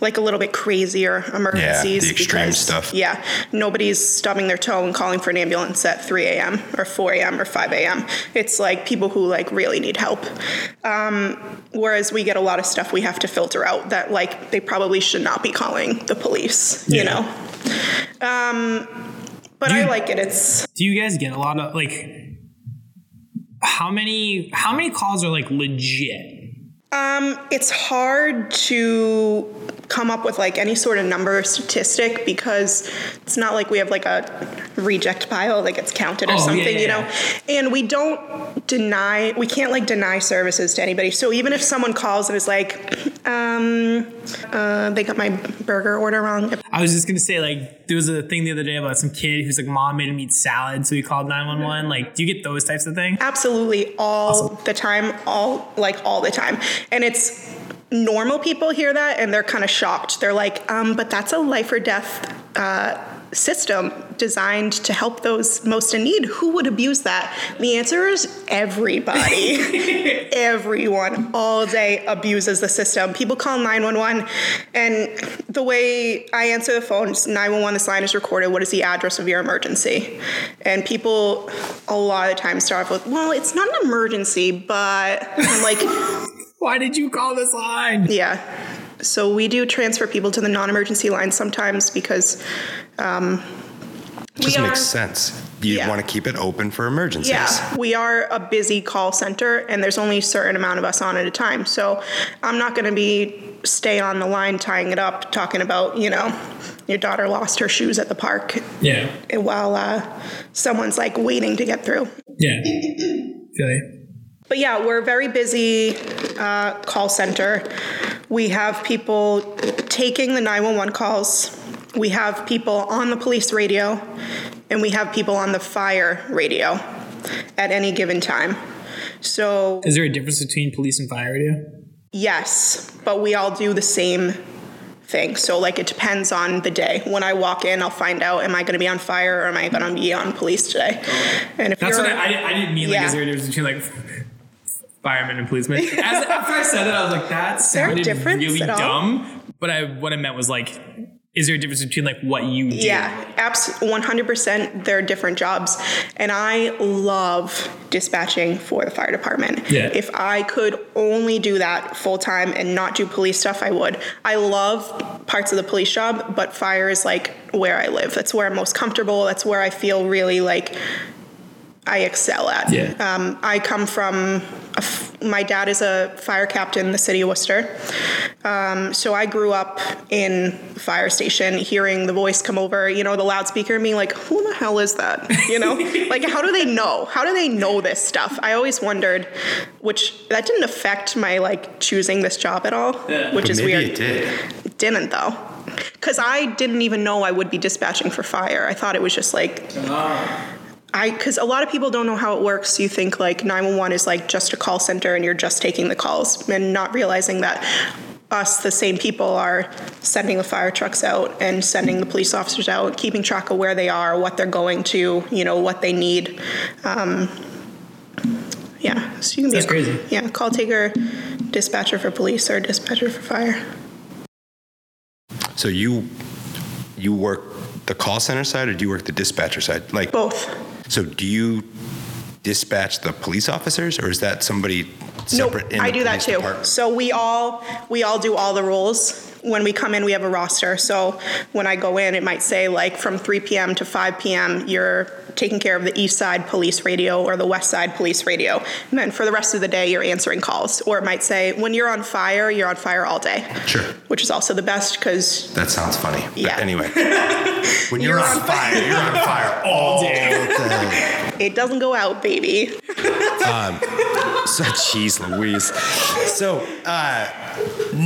S3: like a little bit crazier emergencies.
S2: the extreme
S3: because-
S2: stuff.
S3: Yeah, nobody's stubbing their toe and calling for an ambulance at 3 a.m. or 4 a.m. or 5 a.m. It's like people who like really need help. Um, whereas we get a lot of stuff we have to filter out that like they probably should not be calling the police.
S1: Yeah.
S3: You know. Um, but I
S1: You-
S3: like it. It's
S1: do you guys get a lot of like how many how many calls are like legit
S3: Um, it's hard to come up with like any sort of number or statistic because it's not like we have like a reject pile that gets counted or
S1: Oh, yeah,
S3: something,
S1: yeah,
S3: you know.
S1: yeah.
S3: And we don't deny we can't like deny services to anybody. So even if someone calls and is like, um, uh, they got my burger order wrong.
S1: i was just gonna say like there was a thing the other day about some kid who's like mom made him eat salad so he called 911 like do you get those types of things
S3: Absolutely, all the time, all like all the time, and it's normal people hear that and they're kind of shocked. They're like, um, "But that's a life or death uh, system designed to help those most in need. Who would abuse that?" The answer is everybody. Everyone all day abuses the system. People call 911, and the way I answer the phone is 911. This line is recorded. What is the address of your emergency? And people a lot of times start off with, "Well, it's not an emergency, but I'm like."
S1: why did you call this line
S3: Yeah. So we do transfer people to the non-emergency line sometimes because
S2: It just
S3: We
S2: makes
S3: are-
S2: sense. You
S3: Yeah.
S2: want to keep it open for emergencies.
S3: yeah, we are a busy call center and there's only a certain amount of us on at a time. So I'm not going to be stay on the line tying it up talking about, you know, your daughter lost her shoes at the park
S1: yeah
S3: while uh, someone's like waiting to get through.
S1: yeah feel you.
S3: But yeah, we're a very busy uh, call center. We have people taking the 911 calls. We have people on the police radio, and we have people on the fire radio at any given time. So,
S1: Is there a difference between police and fire radio?
S3: yes, but we all do the same thing. So, like, it depends on the day. When I walk in, I'll find out am I going to be on fire or am I going to be on police today? And if
S1: That's
S3: you're,
S1: what I, I, didn't- I didn't mean. Like,
S3: Yeah.
S1: is there a difference between like firemen and policemen? As, after I said that, I was like, that
S3: there a
S1: sounded
S3: difference
S1: really
S3: at all?
S1: dumb. But I, what I meant was like, is there a difference between like what you do?
S3: Yeah, abs- 100%. They're different jobs. And I love dispatching for the fire department.
S1: Yeah.
S3: If I could only do that full time and not do police stuff, I would. I love parts of the police job, but fire is like where I live. That's where I'm most comfortable. That's where I feel really like I excel at.
S1: Yeah.
S3: Um, I come from, a f- my dad is a fire captain in the city of Worcester. Um, so I grew up in the fire station, hearing the voice come over, you know, the loudspeaker, and being like, who the hell is that? You know, like, how do they know? How do they know this stuff? I always wondered, which that didn't affect my like choosing this job at all, which
S2: But
S3: is
S2: maybe
S3: weird.
S2: it did.
S3: It didn't though. Because I didn't even know I would be dispatching for fire. I thought it was just like
S1: Ah.
S3: I because a lot of people don't know how it works. You think like 911 is like just a call center and you're just taking the calls and not realizing that us, the same people, are sending the fire trucks out and sending the police officers out, keeping track of where they are, what they're going to, you know, what they need. Um, yeah, so you can
S1: That's
S3: be a-
S1: crazy.
S3: Yeah, call taker, dispatcher for police or dispatcher for fire.
S2: So you you work the call center side or do you work the dispatcher side? Like
S3: Both.
S2: so do you dispatch the police officers or is that somebody
S3: Nope,
S2: separate in the
S3: I do that
S2: police
S3: too.
S2: department?
S3: So we all we all do all the roles. When we come in, we have a roster. So when I go in, it might say like from 3 p.m. to 5 p.m. You're taking care of the East Side Police Radio or the West Side Police Radio, and then for the rest of the day, you're answering calls. Or it might say when you're on fire, you're on fire all day,
S2: Sure.
S3: which is also the best because
S2: That sounds funny.
S3: Yeah.
S2: But anyway. When you're,
S3: You're
S2: on,
S3: on Oh,
S2: fire, you're on fire all day.
S3: it doesn't go out, baby.
S2: So, jeez Louise. So, uh,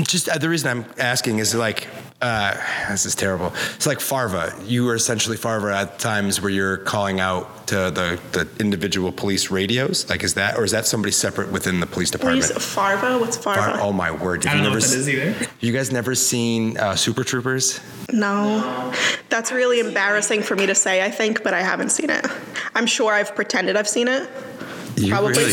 S2: just uh, the reason I'm asking is like, uh, this is terrible. It's like Farva. You were essentially Farva at times where you're calling out to the, the individual police radios. Like, is that, or is that somebody separate within the police department?
S3: Police Farva, what's Farva?
S2: Far- oh my word.
S1: I
S2: Have you
S1: don't know
S2: never
S1: what that
S2: s-
S1: is either.
S2: You guys never seen uh, Super Troopers?
S3: No. That's really embarrassing for me to say, I think, but I haven't seen it. I'm sure I've pretended I've seen it.
S2: You
S3: Probably.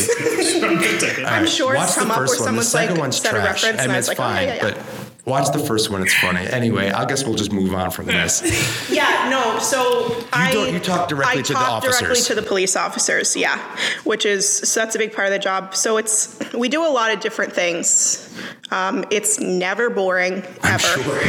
S3: I'm sure
S2: Watch
S3: it's come
S2: the
S3: up where
S2: first one. The
S3: someone's like
S2: second one's
S3: said a
S2: trash,
S3: reference,
S2: and
S3: and I
S2: it's
S3: was like,
S2: fine.
S3: oh, yeah, yeah, yeah.
S2: But watch the first one; it's funny. Anyway, I guess we'll just move on from this.
S3: Yeah, no. So I
S2: don't- you talk directly
S3: I
S2: to the
S3: talk directly
S2: officers.
S3: to the police officers. Yeah, which is so that's a big part of the job. So it's we do a lot of different things. Um, it's never boring ever.
S2: sure.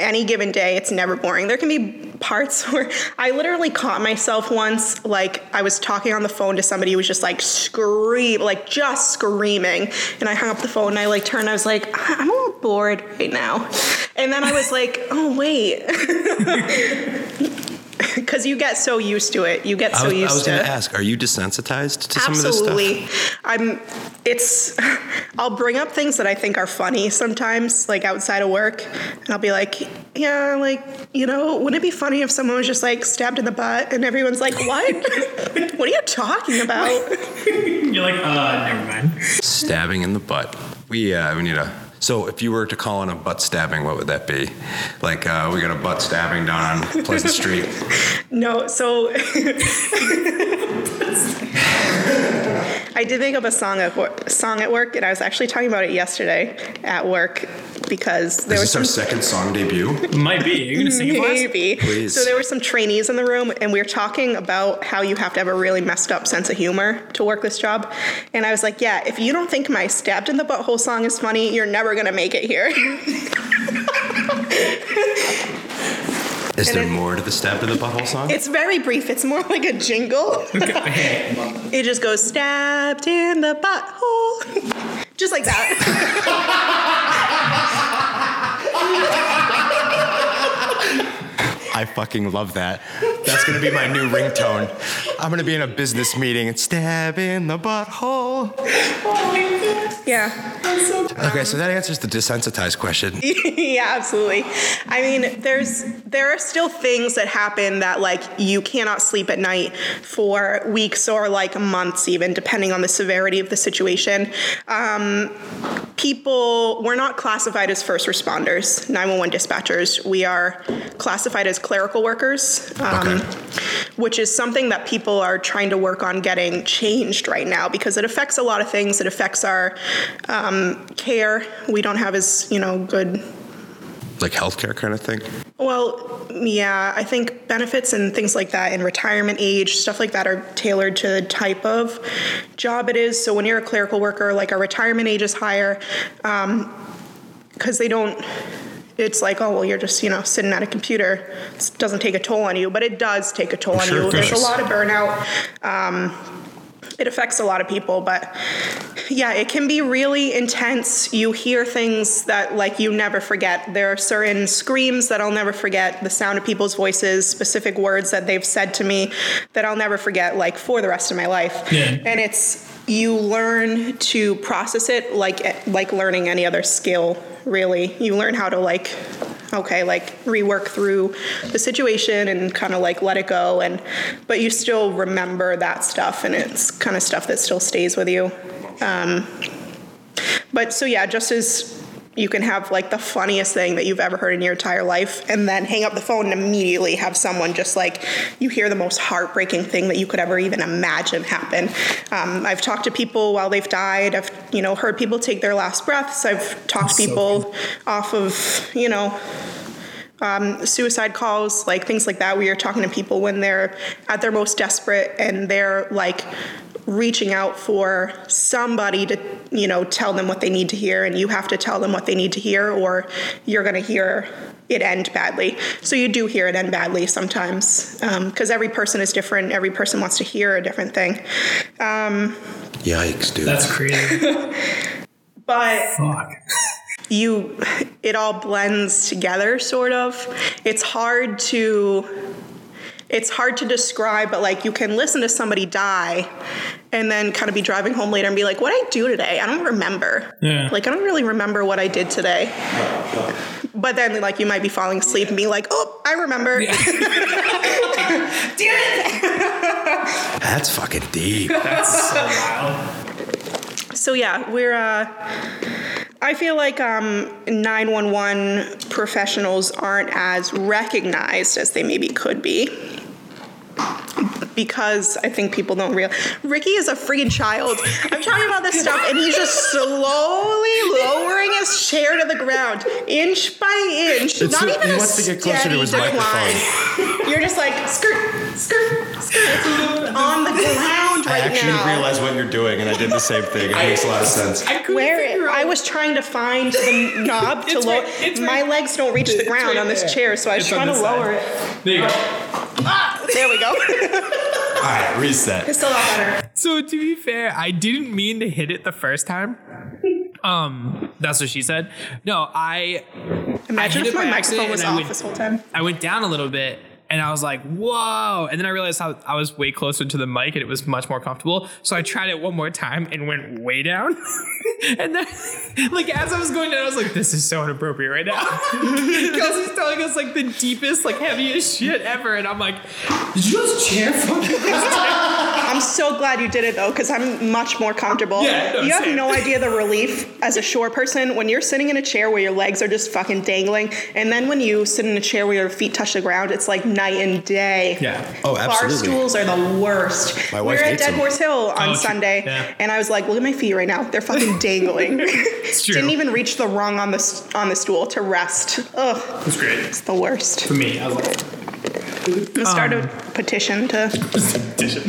S3: Any given day, it's never boring. There can be parts where I literally caught myself once, like I was talking on the phone to somebody who was just like scream, like just screaming, and I hung up the phone and I like turned. I was like, "I- I'm a little bored right now, and then I was like, oh wait because you get so used to it. You get
S2: I
S3: so
S2: was, I
S3: used
S2: was
S3: to
S2: going to ask: Are you desensitized to some of this stuff?
S3: absolutely. I'm. It's. I'll bring up things that I think are funny sometimes, like outside of work, and I'll be like, yeah, like you know, wouldn't it be funny if someone was just like stabbed in the butt, and everyone's like, what? what are you talking about?
S1: You're like, uh, never mind.
S2: Stabbing in the butt. We uh, we need a. So, if you were to call in a butt stabbing, what would that be? Like, uh, we got a butt stabbing down on Pleasant Street.
S3: No, so I did make up a song at work, song at work, and I was actually talking about it yesterday at work because there
S2: Is this
S3: was some
S2: our second song debut?
S1: Might be. You're gonna sing it for us?
S3: Maybe.
S2: Please.
S3: So there were some trainees in the room, and we were talking about how you have to have a really messed up sense of humor to work this job. And I was like, yeah, if you don't think my stabbed in the butthole song is funny, you're never gonna make it here.
S2: Is there
S3: it-
S2: more to the stab to the butthole song?
S3: it's very brief. It's more like a jingle. it just goes stabbed in the butthole, just like that.
S2: I fucking love that. That's gonna be my new ringtone. I'm gonna be in a business meeting and stab in the butthole.
S3: Yeah.
S2: Okay, so that answers the desensitized question.
S3: yeah, absolutely. I mean, there's there are still things that happen that like you cannot sleep at night for weeks or like months, even depending on the severity of the situation. Um, people we're not classified as first responders, 911 dispatchers. We are classified as clerical workers, um,
S2: Okay.
S3: which is something that people are trying to work on getting changed right now because it affects a lot of things. It affects our um, care. We don't have as you know good
S2: Like healthcare kind of thing.
S3: well, yeah, I think benefits and things like that and retirement age, stuff like that are tailored to the type of job it is. So when you're a clerical worker, like our retirement age is higher because they don't, it's like, oh, well, you're just, you know, sitting at a computer. It doesn't take a toll on you, but it does take a toll on
S2: Sure it
S3: you. There's a
S2: does.
S3: lot of burnout. Um, it affects a lot of people, but yeah, it can be really intense. You hear things that like you never forget. There are certain screams that I'll never forget, the sound of people's voices, specific words that they've said to me that I'll never forget like for the rest of my life.
S1: Yeah.
S3: And it's you learn to process it like like learning any other skill, really. You learn how to like okay, like rework through the situation and kind of like let it go and but you still remember that stuff and it's kind of stuff that still stays with you. Um, but so yeah, just as you can have like the funniest thing that you've ever heard in your entire life and then hang up the phone and immediately have someone just like you hear the most heartbreaking thing that you could ever even imagine happen um, i've talked to people while they've died i've you know heard people take their last breaths i've talked to
S1: so
S3: people off of you know suicide calls, like things like that, where you're talking to people when they're at their most desperate and they're like reaching out for somebody to, you know, tell them what they need to hear, and you have to tell them what they need to hear, or you're going to hear it end badly. So you do hear it end badly sometimes because every person is different. Every person wants to hear a different thing.
S2: Yikes, dude.
S1: That's crazy.
S3: But
S1: Fuck.
S3: you it all blends together sort of it's hard to it's hard to describe but like you can listen to somebody die and then kind of be driving home later and be like what i do today i don't remember
S1: Yeah.
S3: like i don't really remember what i did today but then like you might be falling asleep and be like oh i remember
S2: That's fucking deep.
S1: That's so wild.
S3: So yeah, we're. Uh, I feel like um, 911 professionals aren't as recognized as they maybe could be. Because I think people don't realize Ricky is a freaking child. I'm talking about this stuff, and he's just slowly lowering his chair to the ground, inch by inch.
S2: It's-
S3: not
S2: he
S3: even a
S2: wants to get closer to
S3: steady
S2: his
S3: decline. You're just like skirt, skirt, skirt on the ground right
S2: I actually
S3: now.
S2: realized what you're doing, and I did the same thing. It makes a lot of sense.
S1: I couldn't
S3: Where it,
S1: figure out.
S3: I was trying to find the knob to
S1: It's
S3: lower.
S1: right- it's
S3: my
S1: right-
S3: legs don't reach the
S1: it's
S3: ground
S1: right
S3: on this
S1: there.
S3: chair, so I was
S1: It's on
S3: trying to
S1: this side.
S3: lower it.
S1: There you go. Ah!
S3: There we go.
S2: All right, reset.
S3: it's still not better.
S1: So to be fair, I didn't mean to hit it the first time. Um, that's what she said. No, I
S3: Imagine
S1: hit
S3: if
S1: it
S3: my
S1: by
S3: microphone
S1: accident
S3: was
S1: and I
S3: off
S1: went-
S3: this whole time.
S1: I went down a little bit and I was like, whoa. And then I realized how I was way closer to the mic and it was much more comfortable. So I tried it one more time and went way down. and then, like, as I was going down, I was like, this is so inappropriate right now. Kelsey's telling us, like, the deepest, like, heaviest shit ever. And I'm like, did you just chair fucking
S3: I'm so glad you did it though, because I'm much more comfortable.
S1: Yeah, no,
S3: you have
S1: same.
S3: no idea the relief as a shore person when you're sitting in a chair where your legs are just fucking dangling, and then when you sit in a chair where your feet touch the ground, it's like night and day.
S1: Yeah.
S2: Oh,
S3: Bar
S2: absolutely.
S3: stools are the worst.
S2: My wife
S3: we were at
S2: hates
S3: Dead
S2: them.
S3: Horse Hill on
S1: Oh, true.
S3: Sunday,
S1: Yeah.
S3: and I was like, "Look at my feet right now; they're fucking dangling."
S1: true.
S3: Didn't even reach the rung on the s- on the stool to rest. Ugh,
S1: That's great.
S3: it's the worst.
S1: For me, I was like,
S3: I'm gonna start
S1: Um.
S3: a petition to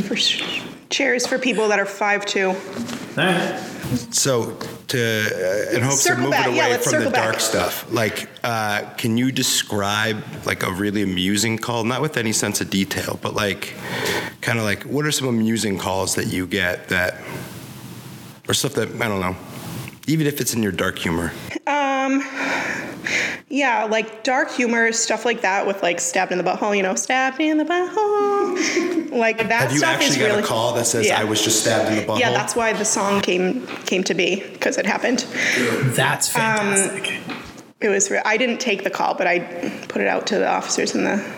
S3: for sh- chairs for people that are five two.
S2: So, to uh, in hopes
S3: Circle
S2: of moving
S3: back. Yeah,
S2: away
S3: let's
S2: from the
S3: circle back.
S2: dark stuff, like, uh, can you describe like a really amusing call? Not with any sense of detail, but like, kind of like, what are some amusing calls that you get that, or stuff that I don't know, even if it's in your dark humor.
S3: Um, yeah, like dark humor, stuff like that with like stabbed in the butthole, you know, stabbed in the butthole. like that
S2: Have you
S3: stuff
S2: actually
S3: is
S2: got
S3: really
S2: a call that says
S3: Yeah.
S2: I was just stabbed in the butthole?
S3: Yeah, that's why the song came came to be because it happened.
S1: That's
S3: Um,
S1: fantastic.
S3: It was re- I didn't take the call, but I put it out to the officers in the.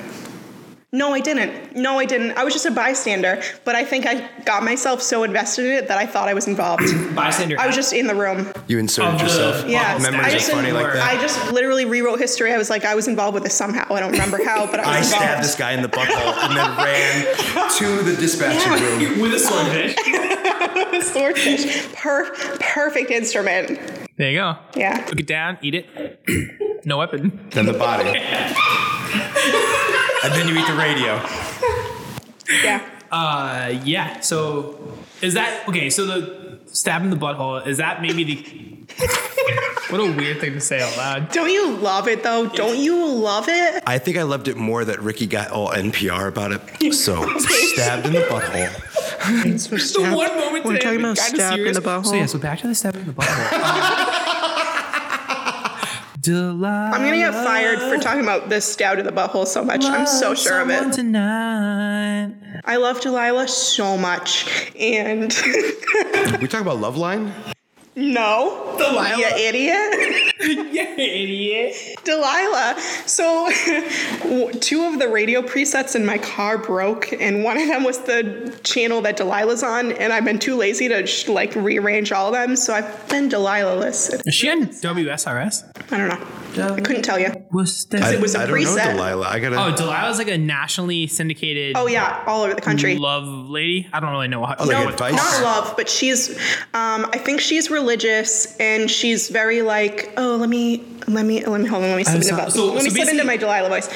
S3: No, I didn't. No, I didn't. I was just a bystander, but I think I got myself so invested in it that I thought I was involved.
S1: Bystander.
S3: I was just in the room.
S2: you inserted
S1: Of the-
S2: yourself.
S3: Yeah,
S1: Wow,
S2: memories
S3: I
S2: are
S3: just
S2: funny like that.
S3: I just literally rewrote history. I was like, I was involved with this somehow. I don't remember how, but I
S2: I
S3: was
S2: stabbed
S3: involved.
S2: this guy in the butthole and then ran to the dispatching room.
S1: with a eh? swordfish.
S3: Swordfish, perf- perfect instrument.
S1: there you go.
S3: Yeah.
S1: Took it down, eat it. no weapon.
S2: Then the body. and then you eat the radio.
S3: Yeah.
S1: Uh, yeah. So is that okay? So the stab in the butthole is that maybe the what a weird thing to say out loud.
S3: Don't you love it though? Don't you love it?
S2: I think I loved it more that Ricky got all NPR about it. So stabbed in the butthole.
S1: The one moment
S3: We're
S1: today I've
S3: talking
S1: been kinda
S3: about stab in
S1: serious.
S3: the butthole.
S1: So yeah. So back to the stab in the butthole. Delilah.
S3: I'm gonna get fired for talking about this stab in the butthole so much. I'm so sure of
S1: Someone
S3: it.
S1: Tonight.
S3: I love Delilah so much. And
S2: We talk about Love Line?
S3: no.
S1: Delilah.
S3: You idiot.
S1: Yeah, idiot.
S3: Delilah. So, two of the radio presets in my car broke, and one of them was the channel that Delilah's on, and I've been too lazy to sh- like rearrange all of them, so I've been Delilahless.
S1: Is she on WSRS?
S3: I don't know. I couldn't tell you.
S1: Was
S2: I,
S3: was a
S2: I don't know
S3: preset.
S2: Delilah. I gotta.
S1: Oh, Delilah's like a nationally syndicated
S3: Oh yeah, all over the country.
S1: love lady. I don't really know how.
S2: like
S1: no,
S2: advice?
S3: Not love, but she's. Um, I think she's religious, and she's very like, oh, let me, let me, let me hold on, let me slip,
S1: so-
S3: into,
S1: so-
S3: let me
S1: so
S3: slip into
S1: basically-
S3: my Delilah voice.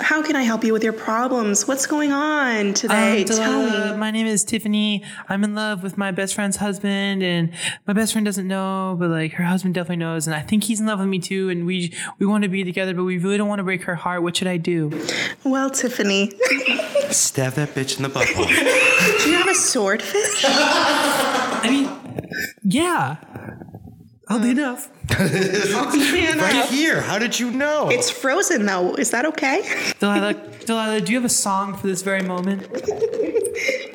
S3: How can I help you with your problems? What's going on today? Tell me.
S1: Um, My name is Tiffany. I'm in love with my best friend's husband, and my best friend doesn't know, but like her husband definitely knows, and I think he's in love with me too. And we we want to be together, but we really don't want to break her heart. What should I do?
S3: Well, Tiffany, do
S2: Stab that bitch in the butthole.
S3: you have a swordfish?
S1: I mean, yeah,
S3: Mm.
S1: oddly enough,
S2: right here. How did you know?
S3: It's frozen though. Is that okay?
S1: Delilah, Delilah, do you have a song for this very moment?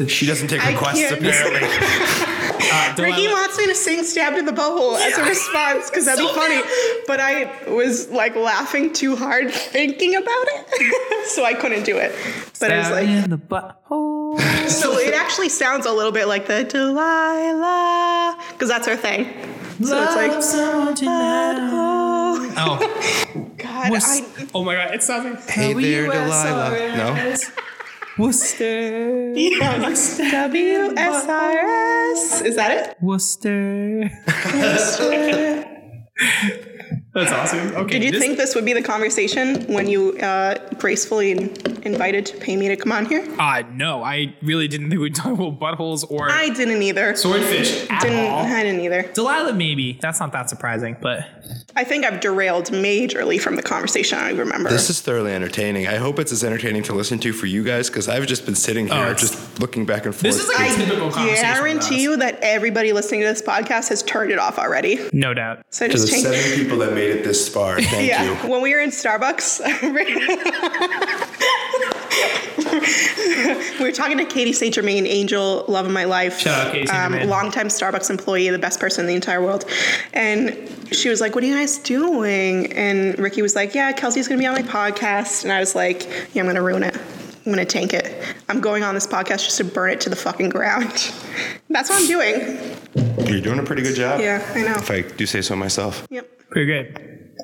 S2: she doesn't take
S3: I
S2: requests
S3: can't-
S2: apparently.
S1: Uh,
S3: Ricky wants me to sing "Stabbed in the Butthole" as a response because that'd be funny. But I was like laughing too hard thinking about it, so I couldn't do it. But I was like. "Oh,
S1: in the butthole.
S3: So it actually sounds a little bit like the Delilah, because that's her thing. So it's like, oh
S1: Oh,
S3: God, I,
S1: oh my god, it sounds like
S2: Hey there, Delilah. No.
S1: Worcester.
S3: yeah, like WSRS. Is that it?
S1: Worcester. That's awesome. Okay.
S3: Did you
S1: this-
S3: think this would be the conversation when you uh, gracefully invited to pay me to come on here?
S1: Uh, no, I really didn't think we'd talk about buttholes or
S3: I didn't either.
S1: swordfish at
S3: Didn't,
S1: all.
S3: I didn't either.
S1: Delilah, maybe. That's not that surprising, but
S3: I think I've derailed majorly from the conversation. I remember.
S2: This is thoroughly entertaining. I hope it's as entertaining to listen to for you guys because I've just been sitting here
S1: it's-
S2: just looking back and forth.
S1: this is like a typical
S3: I
S1: conversation.
S3: guarantee you that everybody listening to this podcast has turned it off already.
S1: No doubt.
S3: So
S2: to the
S3: just change.
S2: seven people that made it this far. Thank
S3: Yeah,
S2: you.
S3: when we were in Starbucks, we were talking to Katie St. Germain, angel, love of my life, Um,
S1: Shout out Katie Saint Germain.
S3: longtime Starbucks employee, the best person in the entire world. And she was like, What are you guys doing? And Ricky was like, Yeah, Kelsey's gonna be on my podcast. And I was like, Yeah, I'm gonna ruin it. I'm gonna tank it. I'm going on this podcast just to burn it to the fucking ground. That's what I'm doing.
S2: You're doing a pretty good job.
S3: Yeah, I know.
S2: If I do say so myself.
S3: Yep.
S1: Pretty good.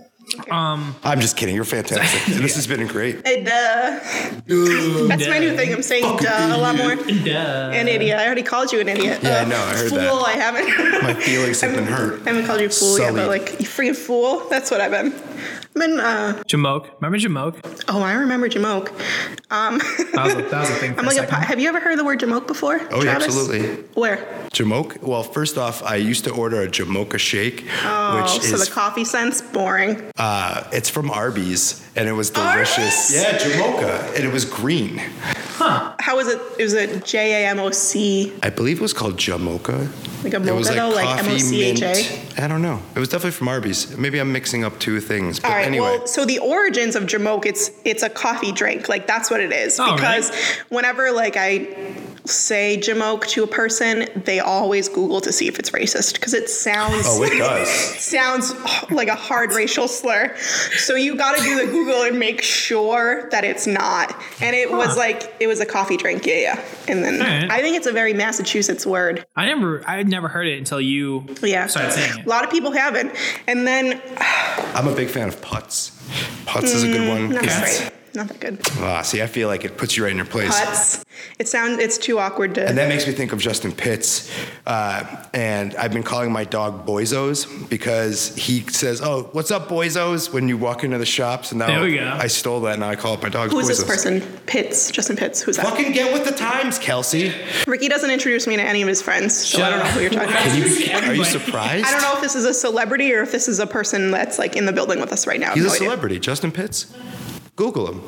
S1: Um,
S2: I'm just kidding. You're fantastic. This has been great.
S3: Hey, duh. That's my new thing. I'm saying duh a lot more.
S1: duh.
S3: An idiot. I already called you an idiot.
S2: Uh, Yeah, I
S3: Ugh,
S2: know. I heard
S3: fool,
S2: that.
S3: I haven't.
S2: My feelings have been hurt.
S3: I haven't called you fool yet, but
S2: Sullied.
S3: like you freaking fool. That's what I've been. I've been. Uh,
S1: Jamoke. Remember Jamoke?
S3: oh, I remember Jamoke. Um,
S1: That was a, that was a thing for
S3: I'm
S1: a
S3: like a
S1: second.
S3: pi- Have you ever heard the word Jamoke before?
S2: Oh, yeah,
S3: Travis?
S2: absolutely.
S3: Where?
S2: Jamoke. Well, first off, I used to order a Jamocha shake,
S3: Oh,
S2: which
S3: so
S2: is
S3: the coffee scent's boring.
S2: uh, it's from Arby's, and it was delicious.
S3: Arby's?
S2: Yeah, Jamocha, and it was green.
S3: How how was it? It was a J A M O C.
S2: I believe it was called Jamocha.
S3: Like a
S2: It was
S3: mocha, though, like M-O-C-H-A?
S2: mint. I don't know. It was definitely from Arby's. Maybe I'm mixing up two things. But
S3: All right.
S2: anyway,
S3: Well, so the origins of Jamoke, it's it's a coffee drink. Like that's what it is.
S1: Oh,
S3: because whenever like I say Jamoke to a person, they always Google to see if it's racist because it sounds
S2: oh, it does.
S3: sounds like a hard racial slur. So you got to do the Google and make sure that it's not. And it was like it was a coffee drink. Yeah, yeah. And then
S1: Alright.
S3: I think it's a very Massachusetts word.
S1: I never, I had never heard it until you
S3: Yeah.
S1: started saying it.
S3: A lot of people haven't. And then
S2: I'm a big fan of putts. Putts is a good one.
S3: Mm, not
S1: Yes.
S3: right. Not that good.
S2: Ah, see, I feel like it puts you right in your place.
S3: Putts. It sounds. It's too awkward to.
S2: And that makes me think of Justin Pitts. Uh, and I've been calling my dog Boizos because he says, Oh, what's up, Boizos? when you walk into the shops. And now
S1: There we go.
S2: I stole that and now I call it my dog
S3: Who is this
S2: Boizos.
S3: person? Pitts. Justin Pitts. Who's that?
S2: Fucking get with the times, Kelsey.
S3: Ricky doesn't introduce me to any of his friends, so I
S1: Shut
S3: don't know
S1: up.
S3: who you're talking about.
S2: Are you
S1: Everybody.
S2: surprised?
S3: I don't know if this is a celebrity or if this is a person that's like in the building with us right now. I have
S2: He's a
S3: no idea.
S2: celebrity, Justin Pitts. Google him.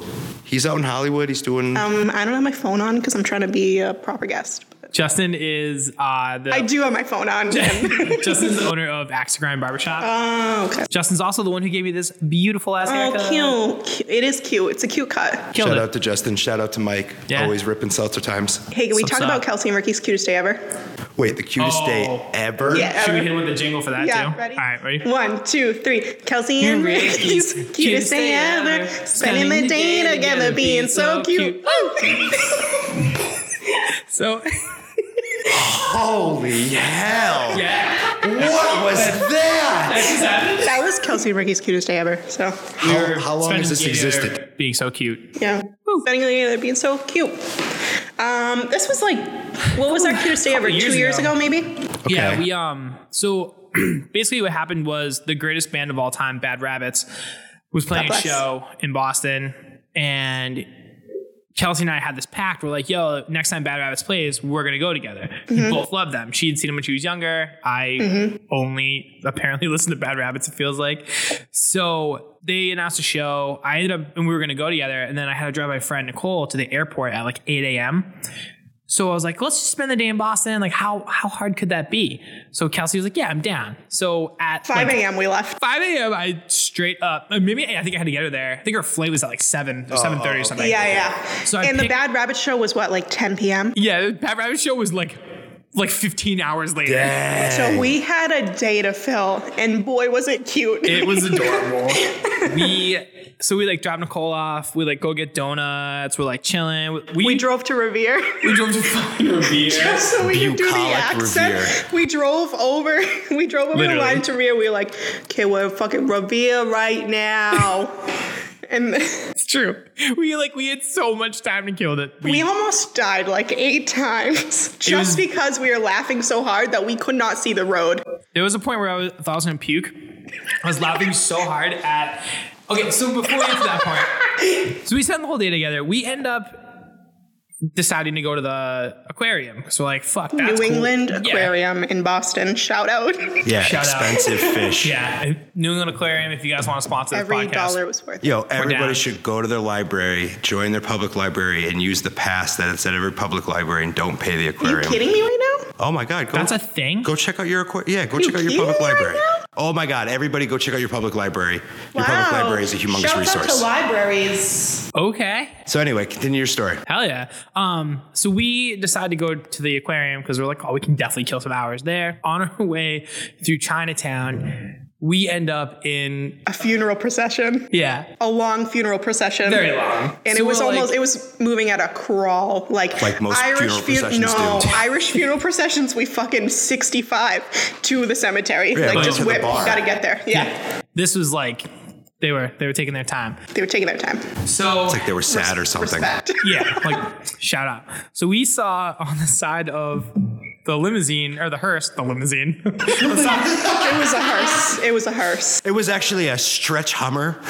S2: He's out in Hollywood. He's doing.
S3: Um, I don't have my phone on because I'm trying to be a proper guest. But
S1: Justin is uh, the
S3: I do have my phone on.
S1: Justin's the owner of Axe to Grind Barbershop.
S3: oh, okay.
S1: Justin's also the one who gave me this beautiful ass haircut.
S3: Oh, cute. Cu- It is cute. It's a cute cut.
S1: Killed
S2: shout
S1: it.
S2: out to Justin. Shout out to Mike.
S1: Yeah.
S2: Always ripping seltzer times.
S3: Hey, can we
S1: What's
S3: talk
S1: up?
S3: about Kelsey and Ricky's cutest day ever?
S2: Wait, the cutest
S1: Oh.
S2: day ever?
S3: Yeah.
S1: Should we hit him with a jingle for that
S3: Yeah,
S1: too?
S3: ready?
S1: All right, ready?
S3: One, two, three. Kelsey and
S1: Ricky's
S3: Ricky's cutest day ever. Spending the day together, being so cute. Woo!
S1: So
S2: Holy hell.
S1: yeah,
S2: What was that?
S3: That was Kelsey and Ricky's cutest day ever. So,
S2: How, how long has this existed?
S1: Being so cute.
S3: yeah. Spending the day together, being so cute. Um, this was like, what was our cutest day ever?
S1: years
S3: Two years
S1: ago.
S3: ago, maybe?
S1: Yeah,
S2: Okay.
S1: we um. So basically, what happened was the greatest band of all time, Bad Rabbits, was playing a
S3: God bless.
S1: show in Boston, and Kelsey and I had this pact. We're like, yo, next time Bad Rabbits plays, we're gonna go together. We both love them. She had seen them when she was younger. I only apparently listened to Bad Rabbits. It feels like. So they announced a show. I ended up and we were gonna go together, and then I had to drive my friend Nicole to the airport at like 8 a.m. So I was like, let's just spend the day in Boston. Like, how how hard could that be? So Kelsey was like, yeah, I'm down. So at
S3: 5
S1: like,
S3: a.m. we left.
S1: 5 a.m. I straight up. uh, Maybe I think I had to get her there. I think her flight was at like seven or seven thirty or something.
S3: Yeah, yeah.
S1: So I
S3: and the
S1: picked-
S3: Bad Rabbit show was what, like 10 p.m.?
S1: Yeah, the Pat Rabbit show was like like 15 hours later.
S3: So we had a day to fill, and boy, was it cute.
S1: It was adorable. we so we like dropped Nicole off. We like go get donuts. We're like chilling. We,
S3: we drove to Revere.
S1: we drove to fucking Revere.
S3: Just so we could do the
S2: Bucolic
S3: accent.
S2: Revere.
S3: We drove over. We drove over
S1: Literally.
S3: the line to Revere. We were like, okay, we're fucking Revere right now. and
S1: It's true. We like we had so much time to kill that
S3: we almost died like eight times just
S1: was-
S3: because we were laughing so hard that we could not see the road.
S1: There was a point where I was, thought I was gonna puke. I was laughing so hard at. Okay, so before we get to that point, so we spend the whole day together. We end up deciding to go to the aquarium because we're like, fuck, that's
S3: New
S1: cool.
S3: England
S1: Yeah.
S3: Aquarium in Boston. Shout out.
S2: Yeah,
S1: Shout out.
S2: expensive fish.
S1: Yeah, New England Aquarium. If you guys want to sponsor the
S3: Every
S1: podcast,
S3: dollar was worth it.
S2: Yo, everybody
S1: down.
S2: should go to their library, join their public library, and use the pass that it's at every public library and don't pay the
S3: Are you
S2: aquarium.
S3: kidding me right now?
S2: Oh my God, go,
S1: that's a thing.
S2: go check out your aquarium. Yeah, go check out your
S3: kidding
S2: public
S3: me right
S2: library.
S3: now?
S2: Oh my God, everybody go check out your public library. Your public library is a humongous
S3: Shout
S2: resource.
S3: Out to libraries.
S1: okay,
S2: so, anyway, continue your story.
S1: hell yeah. Um, so we decide to go to the aquarium because we're like, oh, we can definitely kill some hours there. On our way through Chinatown, we end up in
S3: A funeral procession.
S1: yeah.
S3: A long funeral procession.
S1: Very long.
S3: And
S1: So
S3: it was
S1: we're like-
S3: almost it was moving at a crawl, like,
S2: Like most funeral
S3: fu-
S2: processions
S3: no,
S2: do.
S3: Irish funeral processions. We fucking sixty five to the cemetery,
S2: Yeah,
S3: like
S2: but
S3: just
S2: to the
S3: whip.
S2: bar.
S3: Gotta get there. Yeah.
S1: this was like they were they were taking their time.
S3: they were taking their time.
S1: So
S2: Like they were sad or something.
S3: Respect.
S1: yeah, like shout out. So we saw on the side of the limousine or the hearse, the limousine. On the side-
S3: it was a hearse. It was a hearse.
S2: It was actually a stretch hummer.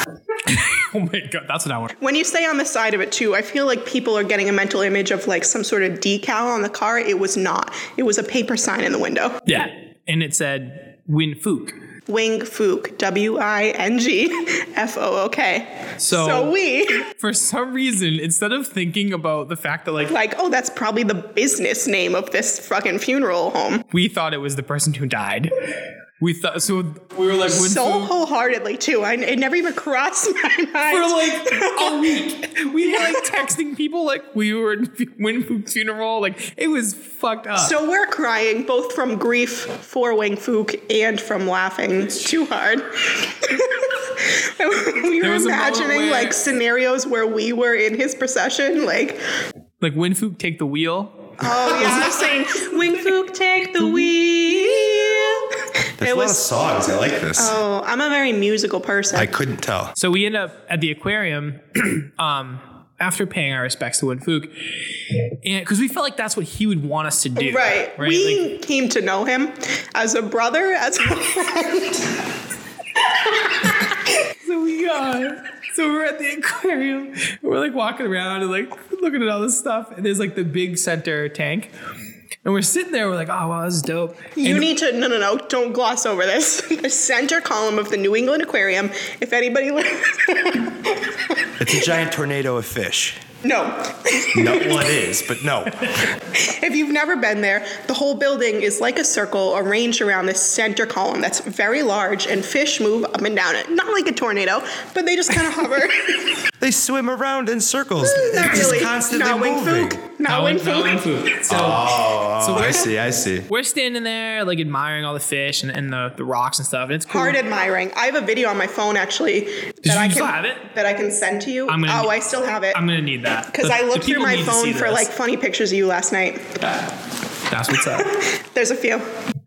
S1: oh my god, that's what I want.
S3: When you say on the side of it too, I feel like people are getting a mental image of like some sort of decal on the car. It was not. It was a paper sign in the window.
S1: Yeah, and it said Win Fook.
S3: Wing Fook, W I N G F O O K.
S1: So-
S3: so we
S1: For some reason, instead of thinking about the fact that like
S3: like, oh, that's probably the business name of this fucking funeral home.
S1: we thought it was the person who died. We thought so. We were like, Win
S3: So
S1: Fook.
S3: wholeheartedly too. I it never even crossed my mind.
S1: for like a week. We were like texting people like we were at Win Fook's funeral. Like it was fucked up.
S3: so we're crying both from grief for Wing Fook and from laughing too hard. we
S1: There
S3: were
S1: was a moment
S3: imagining
S1: where-
S3: like scenarios where we were in his procession, like
S1: like Win Fook take the wheel.
S3: Oh yeah, I'm saying Wing Fook take
S1: Mm-hmm.
S3: the wheel.
S2: There's a lot of songs. I like this.
S3: Oh, I'm a very musical person.
S2: I couldn't tell.
S1: So we end up at the aquarium um, after paying our respects to Winfook, because we felt like that's what he would want us to do.
S3: right.
S1: Right.
S3: We
S1: Like,
S3: came to know him as a brother, as a friend.
S1: so we uh, so we're at the aquarium. and We're like walking around and like looking at all this stuff. And there's like the big center tank. And we're sitting there. We're like, oh wow, this is dope.
S3: You
S1: And-
S3: need to no no no, don't gloss over this. The center column of the New England Aquarium, if anybody
S2: It's a giant tornado of fish.
S3: No.
S2: No, well, it is, but no.
S3: If you've never been there, the whole building is like a circle arranged around this center column that's very large and fish move up and down it. Not like a tornado, but they just kind of hover.
S2: They swim around in circles.
S3: Not
S2: It's
S3: really.
S2: constantly
S3: Not Wing
S2: moving.
S3: Fook. Not Wing
S1: Not
S3: Fook.
S1: Winfook. So, so
S2: Oh,
S1: we're,
S2: I see. I see.
S1: we're standing there like admiring all the fish and, and the, the rocks and stuff. And it's cool.
S3: Hard admiring. I have a video on my phone actually that I
S1: you
S3: can
S1: still have it?
S3: that I can send to you.
S1: I'm gonna-
S3: oh, I still have it.
S1: I'm gonna need that
S3: Because
S1: The-
S3: I
S1: the
S3: looked through
S1: people
S3: my
S1: need to see
S3: phone for
S1: this.
S3: like funny pictures of you last night.
S1: That's what's up.
S3: There's a few.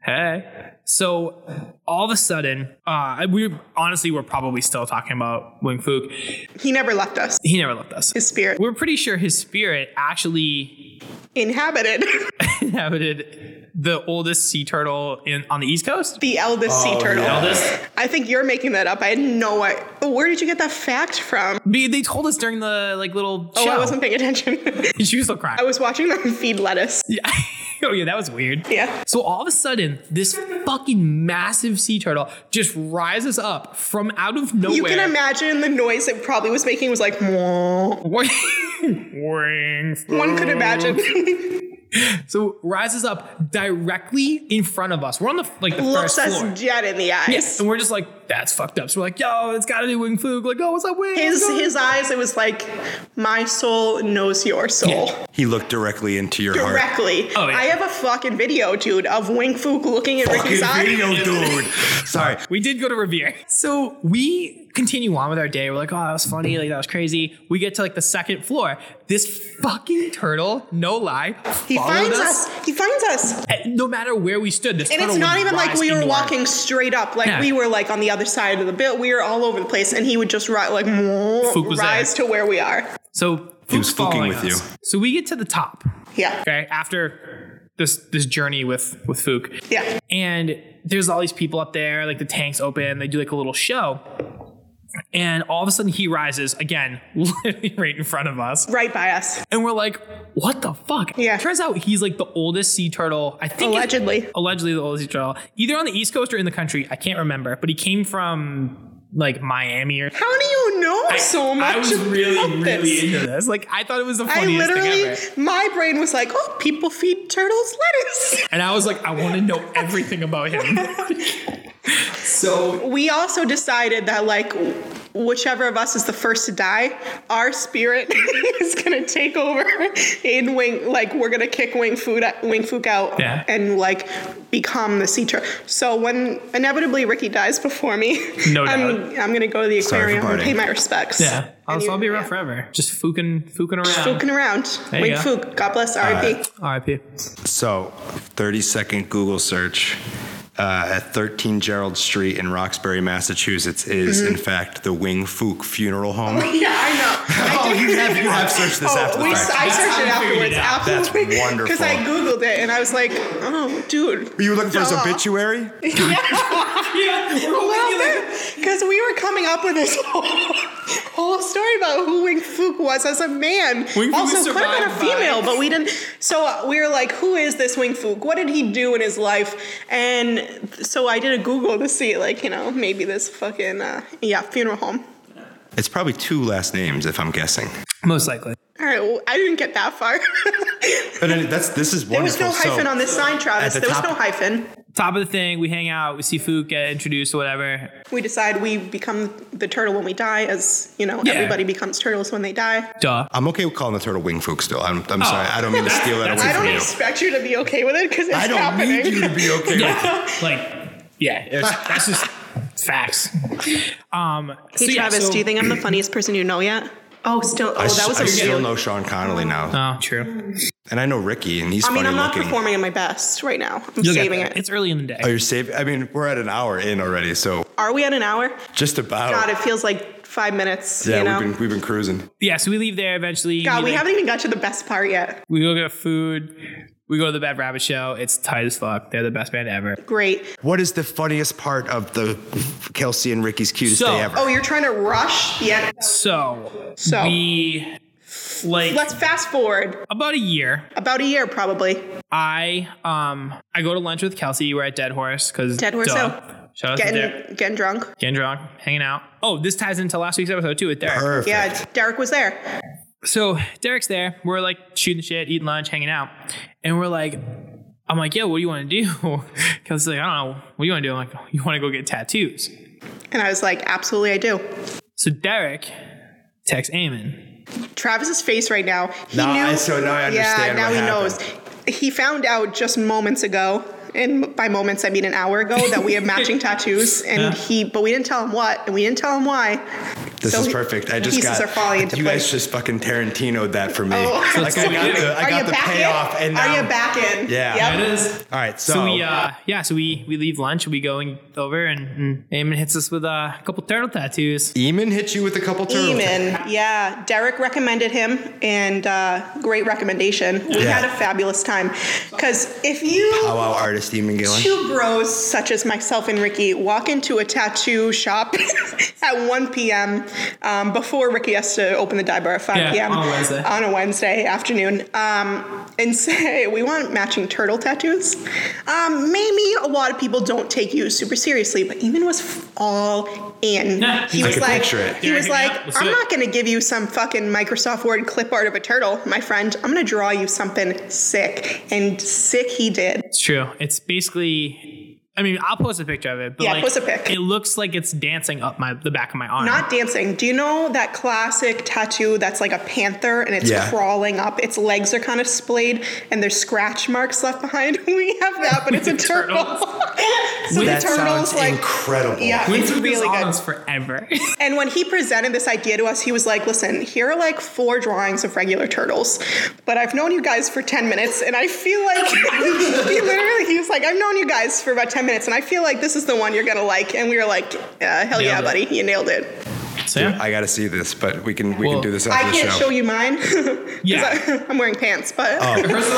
S1: Hey. So all of a sudden, uh, we honestly were probably still talking about Wing Fook.
S3: He never left us.
S1: He never left us.
S3: His spirit
S1: We're pretty sure his spirit actually
S3: inhabited
S1: inhabited the oldest sea turtle in on the East Coast.
S3: the eldest
S1: Oh,
S3: sea turtle.
S1: Eldest?
S3: I think you're making that up. I had no idea. Where did you get that fact from?
S1: Be- They told us during the like little
S3: Oh,
S1: show.
S3: I wasn't paying attention.
S1: she was still crying.
S3: I was watching them feed lettuce.
S1: Yeah. oh yeah, that was weird.
S3: Yeah.
S1: So all of a sudden, this fucking massive sea turtle just rises up from out of nowhere.
S3: You can imagine the noise it probably was making was like, "Mwah."
S1: Wing Fook.
S3: one could imagine.
S1: So rises up directly in front of us. We're on the like the
S3: Looks
S1: first
S3: us
S1: floor.
S3: dead in the eyes.
S1: Yes, and we're just like that's fucked up. So we're like, yo, it's got to be Wing Fook. Like, oh, what's up, Wing?
S3: His
S1: What's up?
S3: his eyes, it was like, my soul knows your soul.
S2: He looked directly into your heart.
S3: Directly.
S1: Oh, yeah.
S3: I have a fucking video, dude, of Wing Fook looking at Ricky's
S2: Fucking
S3: eye.
S2: video, dude. Sorry.
S1: We did go to Revere. So we continue on with our day. We're like, oh, that was funny. Like, that was crazy. We get to like the second floor. This fucking turtle, no lie,
S3: He
S1: followed
S3: finds us. He finds us.
S1: And no matter where we stood, this
S3: And
S1: turtle
S3: it's not
S1: would
S3: even like
S1: rise
S3: we were
S1: inward.
S3: walking straight up. Like
S1: Yeah.
S3: we were like on the other side of the bit. We were all over the place, and he would just ri- like
S1: Fook was
S3: rise
S1: there.
S3: to where we are.
S1: So
S2: He was
S1: Fook's
S2: fucking
S1: following
S2: with you.
S1: us. So we get to the top.
S3: Yeah.
S1: Okay, after this this journey with with Fook.
S3: Yeah.
S1: and there's all these people up there like the tanks open they do like a little show and all of a sudden he rises again literally right in front of us
S3: Right by us.
S1: and we're like what the fuck
S3: Yeah.
S1: turns out he's like the oldest sea turtle i think it's-
S3: Allegedly.
S1: allegedly the oldest sea turtle either on the east coast or in the country i can't remember but he came from like miami or
S3: How do you know so much?
S1: i was really
S3: about
S1: really
S3: this?
S1: into this like i thought it was the
S3: I
S1: funniest thing
S3: literally,
S1: ever
S3: my brain was like, "Oh, people feed turtles lettuce."
S1: and i was like i want to know everything about him so
S3: we also decided that like. Whichever of us is the first to die, our spirit is gonna take over in wing. Like we're gonna kick wing food, wing fook out,
S1: Yeah.
S3: and like become the sea turtle. So when inevitably Ricky dies before me,
S1: No
S3: I'm,
S1: doubt.
S3: I'm gonna go to the
S2: Sorry for
S3: aquarium and
S2: partying.
S3: pay my respects.
S1: Yeah. I'll,
S3: And
S1: so
S3: you-
S1: I'll be around
S3: yeah.
S1: forever. Just fooking, fooking around.
S3: Fooking around,
S1: There you
S3: wing
S1: go.
S3: fook. God bless, R.I.P.
S1: RIP.
S2: So, 30 second Google search uh, at 13 Gerald Street in Roxbury, Massachusetts is, in fact, the Wing Fook Funeral Home.
S3: Mm-hmm. Oh, Yeah, I know. I
S2: Oh,
S3: did-
S2: you have, you have searched this
S3: Oh,
S2: after the
S3: we,
S2: fact.
S3: I searched it
S1: how we figured
S3: afterwards.
S1: it out.
S2: That's
S3: Absolutely. Because I
S2: wonderful.
S3: Googled it and I was like, oh, dude.
S2: Were you looking for his
S3: duh.
S2: obituary?
S1: Yeah.
S3: Because we were coming up with this whole, whole story about who Wing Fook was as a man.
S1: Wing Fook
S3: also, could have been a
S1: survived by-
S3: female, but we didn't. So uh, we were like, who is this Wing Fook? What did he do in his life? And th- so I did a Google to see, like, you know, maybe this fucking, uh, yeah, funeral home.
S2: It's probably two last names, if I'm guessing.
S1: Most likely.
S3: All right, well, I didn't get that far.
S2: But any- that's this is
S3: there was
S2: wonderful.
S3: no hyphen
S2: so,
S3: on this sign, Travis.
S2: the
S3: there was
S2: top-
S3: no hyphen.
S1: Top of the thing, we hang out, we see Fook get introduced, whatever.
S3: We decide we become the turtle when we die, as, you know,
S1: Yeah.
S3: everybody becomes turtles when they die.
S1: Duh.
S2: I'm okay with calling the turtle Wing Fook still. I'm, I'm sorry. I don't mean to
S3: Oh.
S2: steal that away
S3: I
S2: from
S3: don't
S2: you.
S3: expect you to be okay with it because it's
S2: I don't
S3: happening.
S2: need you to be okay with it.
S1: Like, yeah, it's- that's just facts. Um,
S3: Hey, Travis, do you think I'm the funniest person you know yet? Oh, still. Oh,
S2: I,
S3: that was
S2: I
S3: a
S2: still
S3: really.
S2: know Sean Connolly now.
S1: Oh, true.
S2: and I know Ricky, and he's
S3: I mean,
S2: funny
S3: I'm not
S2: looking.
S3: performing at my best right now. I'm
S1: You'll get
S3: saving
S1: there.
S3: it.
S1: It's early in the day.
S2: Are you safe? I mean, we're at an hour in already, so
S3: Are we at an hour?
S2: just about.
S3: God, it feels like five minutes.
S2: Oh. yeah,
S3: you know.
S2: we've been we've been cruising.
S1: yeah, so we leave there eventually.
S3: God, we
S1: like-
S3: haven't even got to the best part yet.
S1: We go get food. We go to the Bad Rabbit show. It's tight as fuck. They're the best band ever.
S3: Great.
S2: What is the funniest part of the Kelsey and Ricky's cutest
S1: So-
S2: day ever?
S3: Oh, you're trying to rush the end.
S1: So,
S3: So.
S1: we like
S3: Let's fast forward
S1: about a year.
S3: about a year, probably.
S1: I um I go to lunch with Kelsey. We're at Dead Horse because
S3: Dead Horse
S1: Shout
S3: Hill.
S1: out to Derek.
S3: Getting getting drunk.
S1: Getting drunk, hanging out. Oh, this ties into last week's episode too with Derek.
S2: Perfect.
S3: Yeah, Derek was there.
S1: So Derek's there. We're like shooting shit, eating lunch, hanging out, and we're like, I'm like, yo, what do you want to do? Kelsey's like, I don't know. What do you want to do? I'm like, you want to go get tattoos?
S3: And I was like, absolutely, I do.
S1: So Derek texts Eamon.
S3: Travis's face right now. He
S2: Nah,
S3: knew.
S2: so now I understand
S3: Yeah,
S2: what
S3: now he
S2: happened.
S3: knows. He found out just moments ago, and by moments I mean an hour ago, that we have matching tattoos, and he. But we didn't tell him what, and we didn't tell him why.
S2: This
S3: So
S2: is perfect. I just
S3: pieces
S2: got
S3: are falling into
S2: you guys
S3: place.
S2: just fucking Tarantino'd that for me.
S3: Oh.
S2: Like I got the I
S3: Are you
S2: got the
S3: back
S2: payoff,
S3: in?
S2: and
S3: are
S2: now
S3: you back in?
S2: Yeah.
S1: It
S3: Yep.
S1: is.
S2: All right, so,
S1: So we uh yeah, so we we leave lunch, we go and over and, and Eamon hits us with uh, a couple turtle tattoos.
S2: Eamon hit you with a couple turtles.
S3: Eamon, yeah. Derek recommended him, and uh, great recommendation. We
S2: Yeah.
S3: had a fabulous time. Because if you
S2: Oh wow, artist Eamon Gillen.
S3: Two bros such as myself and Ricky walk into a tattoo shop at 1 p.m. Um, before Ricky has to open the dye bar at 5
S1: Yeah,
S3: p.m.
S1: on a Wednesday.
S3: on a Wednesday afternoon um, and say, We want matching turtle tattoos. Um, maybe a lot of people don't take you super seriously, but Eamon was f- all in.
S1: Yeah.
S3: He
S1: I
S3: was
S2: could
S3: like,
S2: picture it.
S3: He was
S1: Yeah,
S3: like,
S1: yeah, let's
S3: I'm
S1: do it."
S3: not going to give you some fucking Microsoft Word clip art of a turtle, my friend. I'm going to draw you something sick. And sick he did.
S1: It's true. It's basically I mean, I'll post a picture of it, but
S3: Yeah,
S1: like,
S3: post a pic.
S1: it looks like it's dancing up my the back of my arm.
S3: Not dancing. Do you know that classic tattoo that's like a panther and it's
S2: Yeah.
S3: crawling up? Its legs are kind of splayed and there's scratch marks left behind. we have that, but it's a turtle. so
S2: that
S3: the turtle's
S2: sounds
S3: like.
S2: incredible.
S3: Yeah,
S1: Went
S3: it's
S1: through this
S3: really
S1: on
S3: good.
S1: us forever.
S3: And when he presented this idea to us, he was like, listen, here are like four drawings of regular turtles, but I've known you guys for 10 minutes, and I feel like he literally, he was like, I've known you guys for about 10 minutes, and I feel like this is the one you're gonna like. And we were like, uh, hell yeah,
S1: Nailed it.
S3: buddy, you nailed it.
S1: so yeah.
S2: I gotta see this, but we can we
S1: Well,
S2: can do this
S3: I
S2: after the
S3: can't
S2: show.
S3: show you mine. 'Cause
S1: Yeah.
S3: I, I'm wearing pants, but
S2: Oh.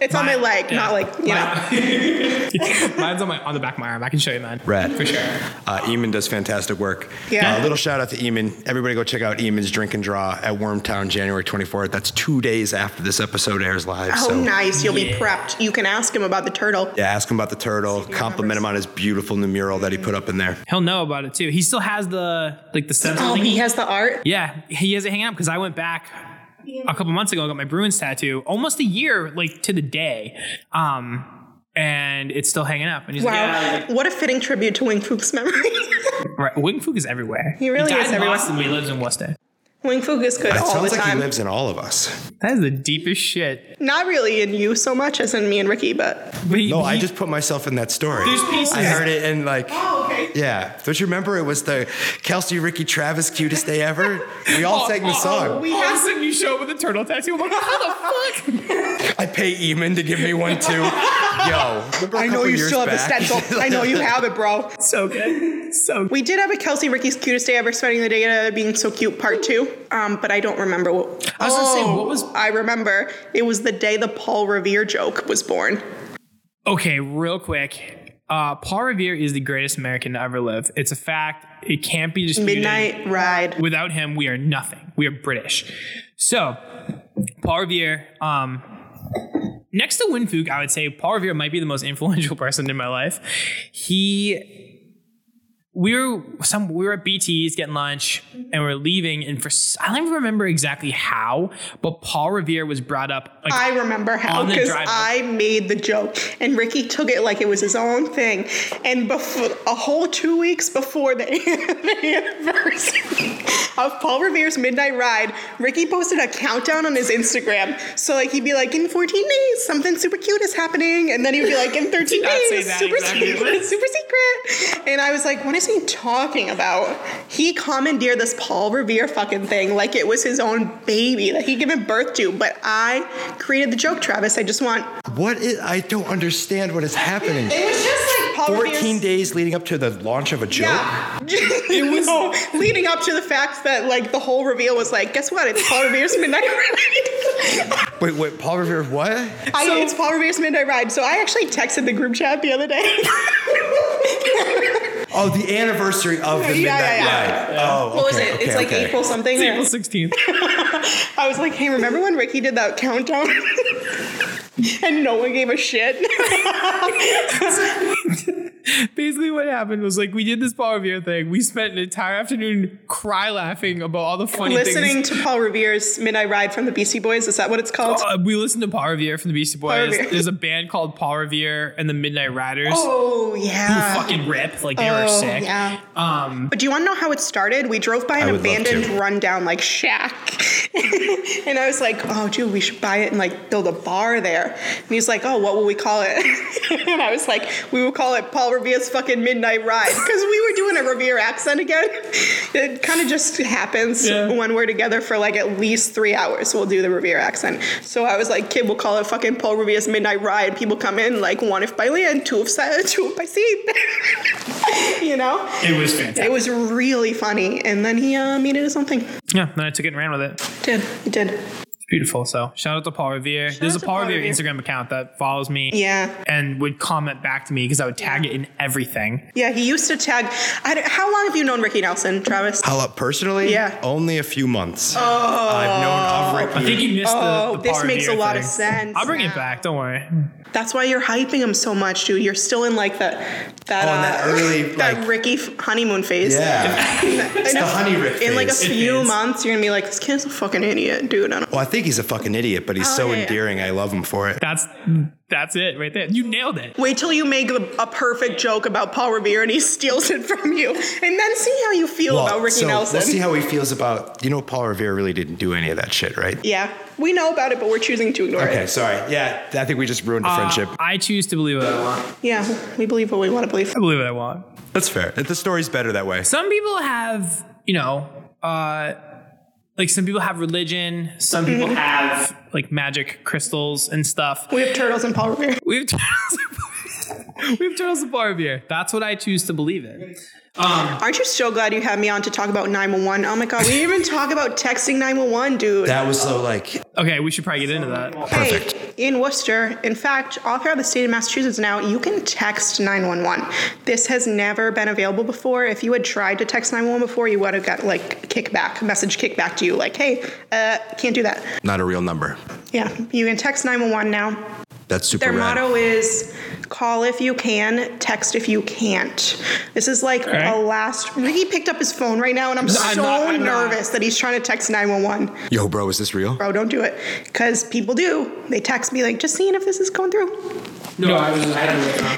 S3: it's on my leg,
S1: yeah.
S3: not like you know.
S1: My- Mine's on my on the back of my arm. I can show you mine.
S2: Rad.
S1: For sure.
S2: Uh, Eamon does fantastic work.
S3: Yeah.
S2: Uh, little shout out to Eamon. Everybody go check out Eamon's Drink and Draw at Wormtown January 24th. That's two days after this episode airs live.
S3: Oh,
S2: so
S3: nice! You'll
S1: Yeah.
S3: be prepped. You can ask him about the turtle.
S2: yeah, ask him about the turtle. Compliment him on his beautiful new mural that he put up in there.
S1: He'll know about it too. He still has the like the stencil
S3: Oh,
S1: thingy.
S3: he has the art.
S1: Yeah, he has it hanging up because I went back a couple months ago. I got my Bruins tattoo almost a year, like to the day, um, and it's still hanging up. And he's
S3: Wow,
S1: like, yeah, like,
S3: what a fitting tribute to Wing Fook's memory.
S1: right. Wing Fook is everywhere.
S3: He really
S1: died
S3: is
S1: in
S3: everywhere.
S1: Boston, but he lives in Worcester.
S3: Wing Fook is good
S2: It
S3: all the
S2: sounds like
S3: time.
S2: he lives in all of us.
S1: That is the deepest shit.
S3: Not really in you so much as in me and Ricky, but
S1: But he,
S2: No, I
S1: he-
S2: just put myself in that story.
S1: There's pieces.
S2: I heard it and like.
S3: oh, okay.
S2: Yeah, don't you remember it was the Kelsey, Ricky, Travis cutest day ever? We all sang the
S3: Oh,
S2: song.
S1: all of a sudden you show up with a turtle tattoo. I'm like, how the fuck?
S2: I pay Eamon to give me one too. Yo, remember a
S3: I know
S2: couple
S3: you
S2: years
S3: still have
S2: back?
S3: the stencil. I know you have it, bro.
S1: so good, so good.
S3: We did have a Kelsey Ricky's cutest day ever, spending the day together, being so cute, part two. Um, but I don't remember what.
S1: I was gonna
S3: Oh.
S1: say, what was-
S3: I remember it was the day the Paul Revere joke was born.
S1: Okay, real quick. Uh, Paul Revere is the greatest American to ever live. It's a fact. It can't be disputed.
S3: Midnight Ride.
S1: Without him, we are nothing. We are British. So, Paul Revere, um, next to Winfuk, I would say Paul Revere might be the most influential person in my life. He, we were some, we were at BT's getting lunch, and we are leaving, and for s- I don't even remember exactly how, but Paul Revere was brought up. Like,
S3: I remember how
S1: On the
S3: because
S1: drive up.
S3: I made the joke and Ricky took it like it was his own thing. And before a whole two weeks before the, the anniversary of Paul Revere's Midnight Ride, Ricky posted a countdown on his Instagram. So like he'd be like, in 14 days, something super cute is happening, and then he'd be like, in 13
S1: Did not say
S3: days,
S1: that
S3: super
S1: exactly.
S3: secret, super secret. And I was like, what is he talking about? He commandeered this Paul Revere fucking thing like it was his own baby that he given birth to. But I created the joke, Travis. I just want.
S2: What is? I don't understand what is happening.
S3: It was just like Paul
S2: 14
S3: Revere's-
S2: days leading up to the launch of a joke.
S3: Yeah. it was leading up to the fact that like the whole reveal was like, guess what? It's Paul Revere's Midnight Ride.
S2: Wait, wait, Paul Revere, what?
S3: I, it's Paul Revere's Midnight Ride. So I actually texted the group chat the other day.
S2: Oh, the anniversary of the
S3: Yeah,
S2: Midnight
S3: yeah, yeah.
S2: Ride. Oh,
S3: what was
S2: okay,
S3: it?
S2: okay,
S3: it's like
S2: okay.
S3: April something.
S1: April 16th.
S3: I was like, hey, remember when Ricky did that countdown? and no one gave a shit.
S1: Basically, what happened was like we did this Paul Revere thing. We spent an entire afternoon cry laughing about all the funny things.
S3: Listening to Paul Revere's Midnight Ride from the Beastie Boys, is that what it's called?
S1: Uh, we listened to Paul Revere from the Beastie
S3: Paul
S1: Boys.
S3: Revere.
S1: There's a band called Paul Revere and the Midnight Riders.
S3: Oh, yeah.
S1: Who fucking rip. Like they were
S3: Oh,
S1: sick.
S3: yeah.
S1: Um,
S3: But do you want to know how it started? We drove by
S2: I
S3: an
S2: would love
S3: abandoned,
S2: to.
S3: rundown like shack, and I was like, "Oh, dude, we should buy it and like build a bar there." And he's like, "Oh, what will we call it?" and I was like, "We will call it Paul Revere's fucking Midnight Ride," because we were doing a Revere accent again. It kind of just happens
S1: Yeah.
S3: when we're together for like at least three hours. We'll do the Revere accent. So I was like, "Kid, we'll call it fucking Paul Revere's Midnight Ride." People come in like one if by land, two if si- two if by sea. you know.
S1: it was fantastic.
S3: It was really funny, and then he uh, made it as something.
S1: Yeah, then I took it and ran with it. It's
S3: Did he did?
S1: beautiful. So shout out to Paul Revere. There's a
S3: out to
S1: Paul,
S3: Paul
S1: Revere,
S3: Revere.
S1: Instagram account that follows me.
S3: Yeah,
S1: And would comment back to me because I would tag it in everything.
S3: yeah. He used to tag. I don't- how long have you known Ricky Nelson, Travis?
S2: How up personally?
S3: Yeah.
S2: Only a few months. Oh. I've known of
S1: I
S2: Ricky.
S1: think you missed
S3: Oh,
S1: the, the
S3: this
S1: Paul
S3: makes a
S1: Revere
S3: lot of
S1: thing.
S3: sense
S1: I'll bring it
S3: now.
S1: back. Don't worry.
S3: That's why you're hyping him so much, dude. You're still in like that that,
S2: Oh, in that
S3: uh,
S2: early,
S3: that
S2: like-
S3: Ricky f- honeymoon phase.
S2: yeah.
S3: it's
S2: the honey Rick
S3: In like a
S2: phase.
S1: It
S3: few
S1: is.
S3: months, you're gonna be like, this kid's a fucking idiot, dude. I don't.
S2: well, I think he's a fucking idiot, but he's
S3: Oh,
S2: so
S3: yeah, yeah.
S2: endearing. I love him for it.
S1: That's that's it right there. You nailed it.
S3: Wait till you make a, a perfect joke about Paul Revere and he steals it from you, and then see how you feel
S2: Well,
S3: about Ricky
S2: so
S3: Nelson.
S2: Let's see how he feels about. You know, Paul Revere really didn't do any of that shit, right?
S3: yeah, we know about it, but we're choosing to ignore
S2: Okay,
S3: it.
S2: sorry. Yeah, I think we just ruined a friendship.
S1: Uh, I choose to believe what I want.
S3: Yeah, we believe what we want to believe.
S1: I believe what I want.
S2: That's fair. The story's better that way.
S1: Some people have, you know, uh, like some people have religion. Some people have like magic crystals and stuff.
S3: We have turtles and Paul Revere.
S1: We have turtles. we have turtles and Barbie here. That's what I choose to believe in.
S3: Aren't you so glad you had me on to talk about 911? Oh my god, we didn't even talk about texting 911, dude.
S2: That was so like.
S1: Okay, we should probably get into that.
S3: Hey,
S2: perfect.
S3: in Worcester, in fact, all throughout the state of Massachusetts now, you can text 911. This has never been available before. If you had tried to text 911 before, you would have got like kickback, message kickback to you, like, hey, uh, can't do that.
S2: Not a real number.
S3: Yeah, you can text 911 now.
S2: That's super.
S3: Their
S2: rad.
S3: motto is call if you can, text if you can't. This is like
S1: Okay.
S3: a last. Ricky picked up his phone right now, and I'm,
S1: I'm
S3: so
S1: not- I'm not.
S3: nervous that he's trying to text 911.
S2: Yo, bro, is this real?
S3: Bro, don't do it. Because people do. They text me, like, just seeing if this is going
S2: Oh,
S3: through.
S1: No, I was. I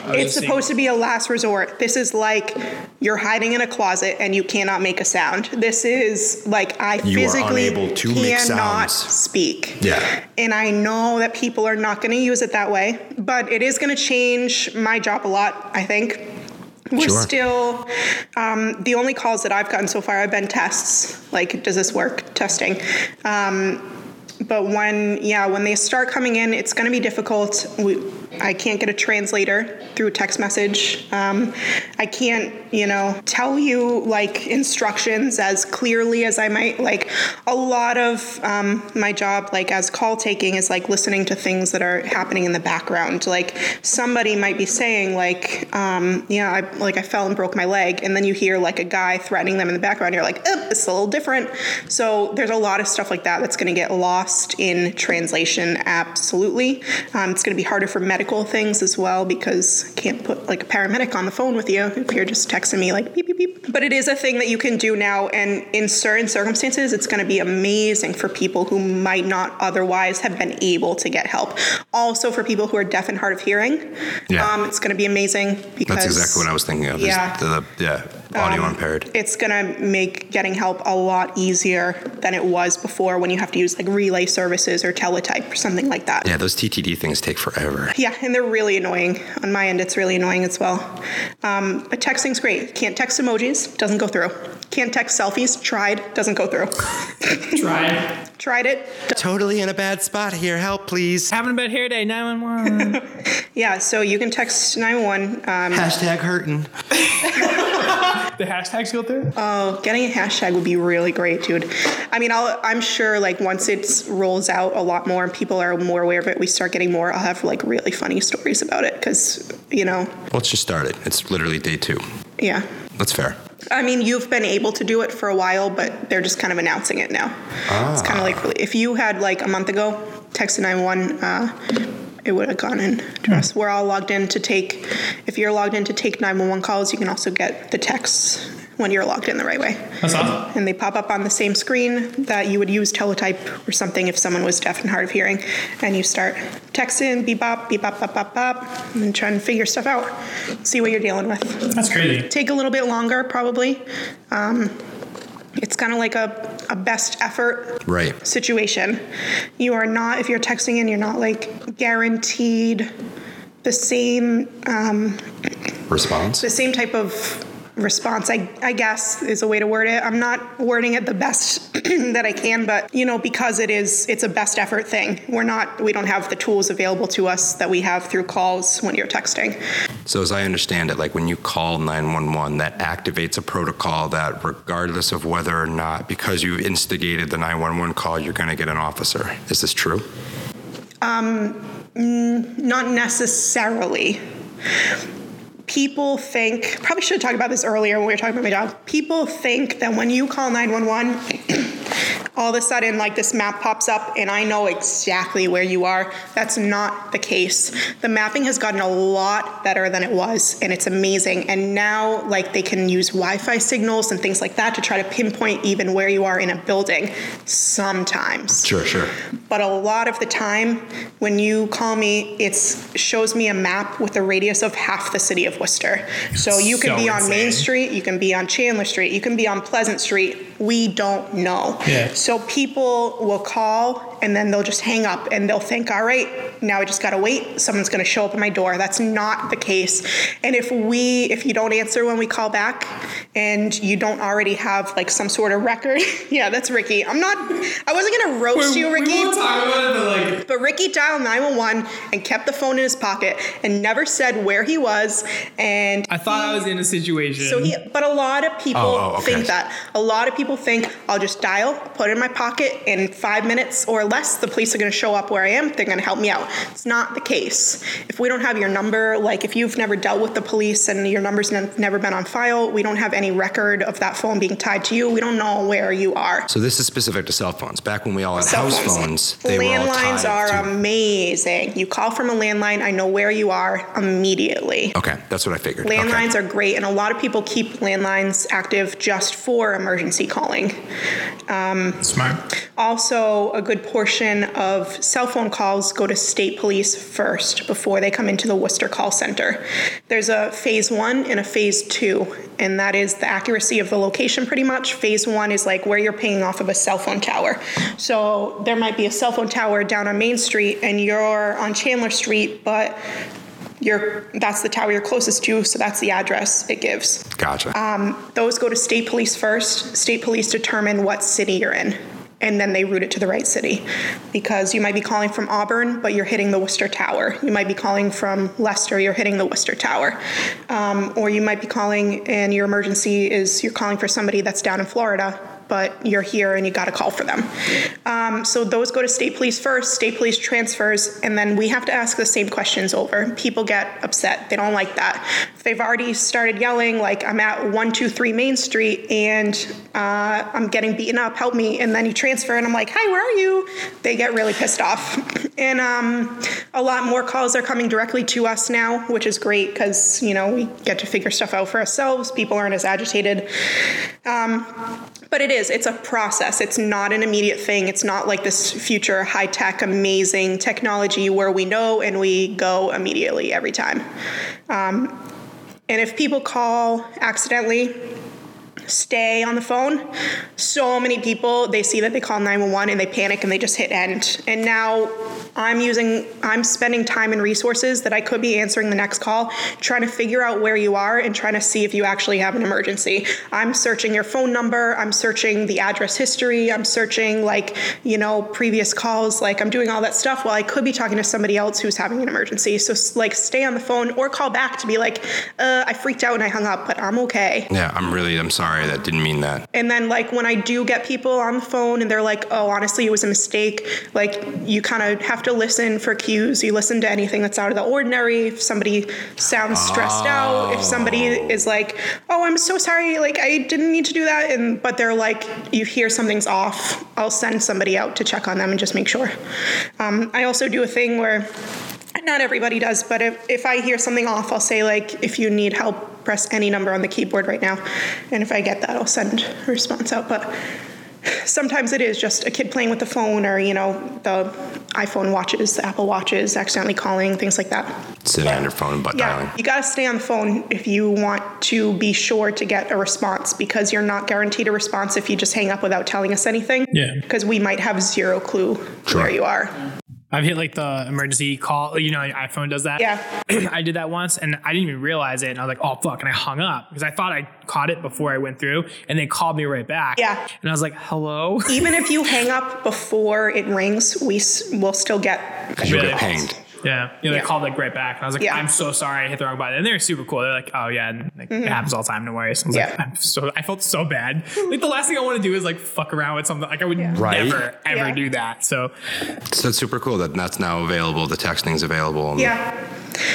S1: was
S3: it's supposed to be a last resort. This is like you're hiding in a closet and you cannot make a sound. This is like I
S2: are
S3: physically
S2: unable to make
S3: cannot
S2: sounds.
S3: speak.
S2: Yeah.
S3: And I know that people are not going to use it that way, but it is going to change my job a lot, I think. We're
S2: Sure.
S3: still, um, the only calls that I've gotten so far have been tests. Like, does this work? Testing. Um, but when, yeah, when they start coming in, it's going to be difficult. We, I can't get a translator through text message. Um, I can't, you know, tell you like instructions as clearly as I might. Like a lot of um, my job, like as call taking, is like listening to things that are happening in the background. Like somebody might be saying, like, um, yeah, I like I fell and broke my leg, and then you hear like a guy threatening them in the background. You're like, oh, it's a little different. So there's a lot of stuff like that that's going to get lost in translation. Absolutely, um, it's going to be harder for medical things as well because you can't put like a paramedic on the phone with you if you're just texting me like beep beep beep. But it is a thing that you can do now, and in certain circumstances, it's going to be amazing for people who might not otherwise have been able to get help. Also for people who are deaf and hard of hearing,
S4: Yeah.
S3: um, it's going to be amazing because
S4: That's exactly what I was thinking of. is
S3: Yeah. Um,
S4: The, the- yeah. Audio impaired.
S3: it's gonna make getting help a lot easier than it was before when you have to use like relay services or teletype or something like that.
S4: Yeah, those TTD things take forever.
S3: Yeah, and they're really annoying. On my end, it's really annoying as well. Um, but texting's great. Can't text emojis, doesn't go through. Can't text selfies, tried, doesn't go through.
S1: Try.
S3: tried it.
S4: Totally in a bad spot here. Help, please.
S1: Having a bad hair day, 911.
S3: Yeah, so you can text 911. Um,
S4: Hashtag hurting.
S1: the hashtags go through?
S3: getting a hashtag would be really great, dude. I mean, I'll, I'm sure like once it rolls out a lot more and people are more aware of it, we start getting more. I'll have like really funny stories about it because, you know,
S4: Let's just start it. It's literally day two.
S3: yeah.
S4: That's fair.
S3: I mean, you've been able to do it for a while, but they're just kind of announcing it now. It's kind of like really- if you had like a month ago texted 91, uh, it would have gone in to us. We're all logged in to take, if you're logged in to take 911 calls, you can also get the texts when you're logged in the right way.
S1: That's awesome.
S3: And they pop up on the same screen that you would use teletype or something if someone was deaf and hard of hearing. And you start texting, beep bop, beep bop, bop, bop, bop, and trying to figure stuff out, see what you're dealing with
S1: That's crazy.
S3: take a little bit longer probably um, it's kind of like a, a best effort
S4: Right.
S3: situation you are not if you're texting in you're not like guaranteed the same um,
S4: Response.
S3: the same type of response I, I guess is a way to word it i'm not wording it the best that i can but you know because it is it's a best effort thing we're not we don't have the tools available to us that we have through calls when you're texting
S4: So, as I understand it, like when you call 911, that activates a protocol that, regardless of whether or not, because you instigated the 911 call, you're going to get an officer. Is this true?
S3: Not necessarily. People think, probably should have talked about this earlier when we were talking about my job. People think that when you call 911, all of a sudden, like this map pops up and I know exactly where you are. That's not the case. The mapping has gotten a lot better than it was, and it's amazing. And now, like, they can use Wi Fi signals and things like that to try to pinpoint even where you are in a building sometimes
S4: Sure, sure.
S3: but a lot of the time when you call me it shows me a map with a radius of half the city of worcester so you can
S1: So
S3: be on main
S1: insane.
S3: street you can be on chandler street you can be on pleasant street we don't know
S1: Yeah.
S3: so people will call and then they'll just hang up and they'll think all right now i just gotta wait someone's gonna show up at my door that's not the case and if we if you don't answer when we call back and you don't already have like some sort of record yeah that's ricky i'm not i wasn't gonna roast you ricky
S1: talk about it, but like.
S3: but Ricky dialed 911 and kept the phone in his pocket and never said where he was. And
S1: I thought I was in a situation.
S3: so he, but a lot of people
S4: Mm-hmm. Oh, oh, okay.
S3: think that. A lot of people think I'll just dial, put it in my pocket, in five minutes or less, the police are going to show up where I am. They're going to help me out. It's not the case. If we don't have your number, like if you've never dealt with the police and your number's n- never been on file, we don't have any record of that phone being tied to you. We don't know where you are.
S4: So, this is specific to cell phones. Back when we all had
S3: Cell
S4: house phones, they were all
S3: Landlines
S4: tied
S3: are um,
S4: to-
S3: amazing. You call from a landline, I know where you are immediately.
S4: Okay, that's what I figured. Okay.
S3: Landlines are great, and a lot of people keep landlines active just for emergency calling. Um,
S1: smart.
S3: Also, a good portion of cell phone calls go to state police first before they come into the Worcester call center. There's a phase one and a phase two, and that is the accuracy of the location pretty much. Phase one is like where you're pinging off of a cell phone tower. So there might be a cell phone tower down on Main Street, and you're on Chandler Street, but you're, that's the tower you're closest to, so that's the address it gives.
S4: Gotcha.
S3: um, Those go to state police first. State police determine what city you're in. and then they route it to the right city because you might be calling from Auburn, but you're hitting the Worcester Tower. You might be calling from Leicester, you're hitting the Worcester Tower. Um, or you might be calling and your emergency is you're calling for somebody that's down in Florida, but you're here and you got to call for them. Um, so those go to state police first, state police transfers, and then we have to ask the same questions over. People get upset. They don't like that. If they've already started yelling, like, I'm at 123 Main Street and uh, I'm getting beaten up, help me. And then you transfer and I'm like, hi, where are you? They get really pissed off. And um, a lot more calls are coming directly to us now, which is great because, you know, we get to figure stuff out for ourselves. People aren't as agitated. Um, but it is, it's a process. It's not an immediate thing. It's not like this future high tech, amazing technology where we know and we go immediately every time. Um, and if people call accidentally, stay on the phone. So many people, they see that they call 911 and they panic and they just hit end. And now I'm using, I'm spending time and resources that I could be answering the next call, trying to figure out where you are and trying to see if you actually have an emergency. I'm searching your phone number, I'm searching the address history, I'm searching like, you know, previous calls, like I'm doing all that stuff while I could be talking to somebody else who's having an emergency. So like stay on the phone or call back to be like, uh, I freaked out and I hung up, but I'm okay.
S4: Yeah, I'm really, I'm sorry. That didn't mean that.
S3: And then like when I do get people on the phone and they're like, "Oh, honestly, it was a mistake." Like you kind of have to listen for cues. You listen to anything that's out of the ordinary. If somebody sounds stressed out, if somebody is like, "Oh, I'm so sorry. Like I didn't mean to do that." And but they're like, "You hear something's off. I'll send somebody out to check on them and just make sure." Um, I also do a thing where not everybody does, but if, if I hear something off, I'll say, like, if you need help, press any number on the keyboard right now. And if I get that, I'll send a response out. But sometimes it is just a kid playing with the phone or, you know, the iPhone watches, the Apple watches, accidentally calling, things like that.
S4: Sitting on your phone and butt
S3: Yeah,
S4: dialing.
S3: you got to stay on the phone if you want to be sure to get a response because you're not guaranteed a response if you just hang up without telling us anything.
S1: Yeah.
S3: Because we might have zero clue
S4: Sure.
S3: where you are.
S1: I've hit like the emergency call. Oh, You know, your iPhone does that.
S3: Yeah.
S1: I did that once, and I didn't even realize it. And I was like, "Oh fuck!" And I hung up because I thought I caught it before I went through, and they called me right back.
S3: Yeah.
S1: And I was like, "Hello."
S3: Even if you hang up before it rings, we s- will still get.
S4: Because you'll
S1: Yeah.
S4: get pinged.
S1: Yeah. You know, they
S3: Yeah.
S1: called like right back. And I was like,
S3: Yeah.
S1: I'm so sorry I hit the wrong button. And they're super cool. They're like, oh yeah, and, like, it happens all the time, no worries. I was
S3: Mm-hmm. Yeah.
S1: like, I'm so I felt so bad. like the last thing I want to do is like fuck around with something. Like I would
S4: Right.
S1: never, ever
S3: Yeah.
S1: do that. So
S4: So that's super cool that that's now available. The texting's available. and-
S3: Yeah.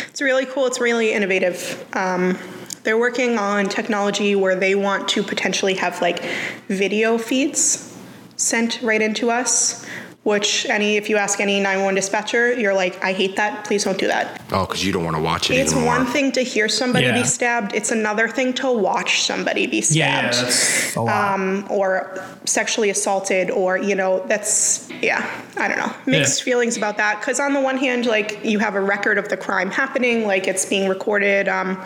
S3: It's really cool. It's really innovative. Um, they're working on technology where they want to potentially have like video feeds sent right into us. Which any, if you ask any 911 dispatcher, you're like, I hate that. Please don't do that.
S4: Oh, because you don't want to watch it
S3: It's
S4: even more.
S3: one thing to hear somebody
S1: Yeah.
S3: be stabbed. It's another thing to watch somebody be stabbed.
S1: that's a lot.
S3: um, or sexually assaulted or you know that's yeah i don't know mixed
S1: Yeah.
S3: feelings about that because on the one hand like you have a record of the crime happening like it's being recorded um,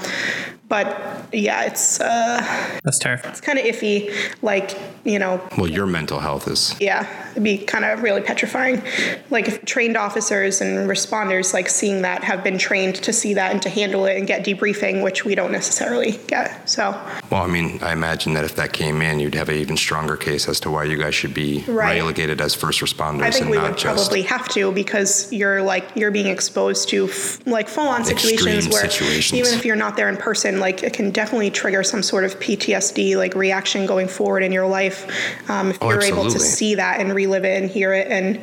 S3: but yeah it's uh,
S1: that's terrifying.
S3: kind of iffy like you know
S4: Well, your mental health is.
S3: yeah it'd be kind of really petrifying like if trained officers and responders like seeing that have been trained to see that and to handle it and get debriefing which we don't necessarily get so
S4: Well, I mean, I imagine that if that came in, you'd have an even stronger case as to why you guys should be
S3: Right.
S4: relegated as first responders
S3: I think
S4: and
S3: we
S4: not
S3: would
S4: just.
S3: probably have to because you're like you're being exposed to f- like full on
S4: Extreme
S3: situations where
S4: situations.
S3: even if you're not there in person, like it can definitely trigger some sort of PTSD like reaction going forward in your life. Um, if
S4: Oh,
S3: you're able to
S4: absolutely.
S3: see that and relive it and hear it and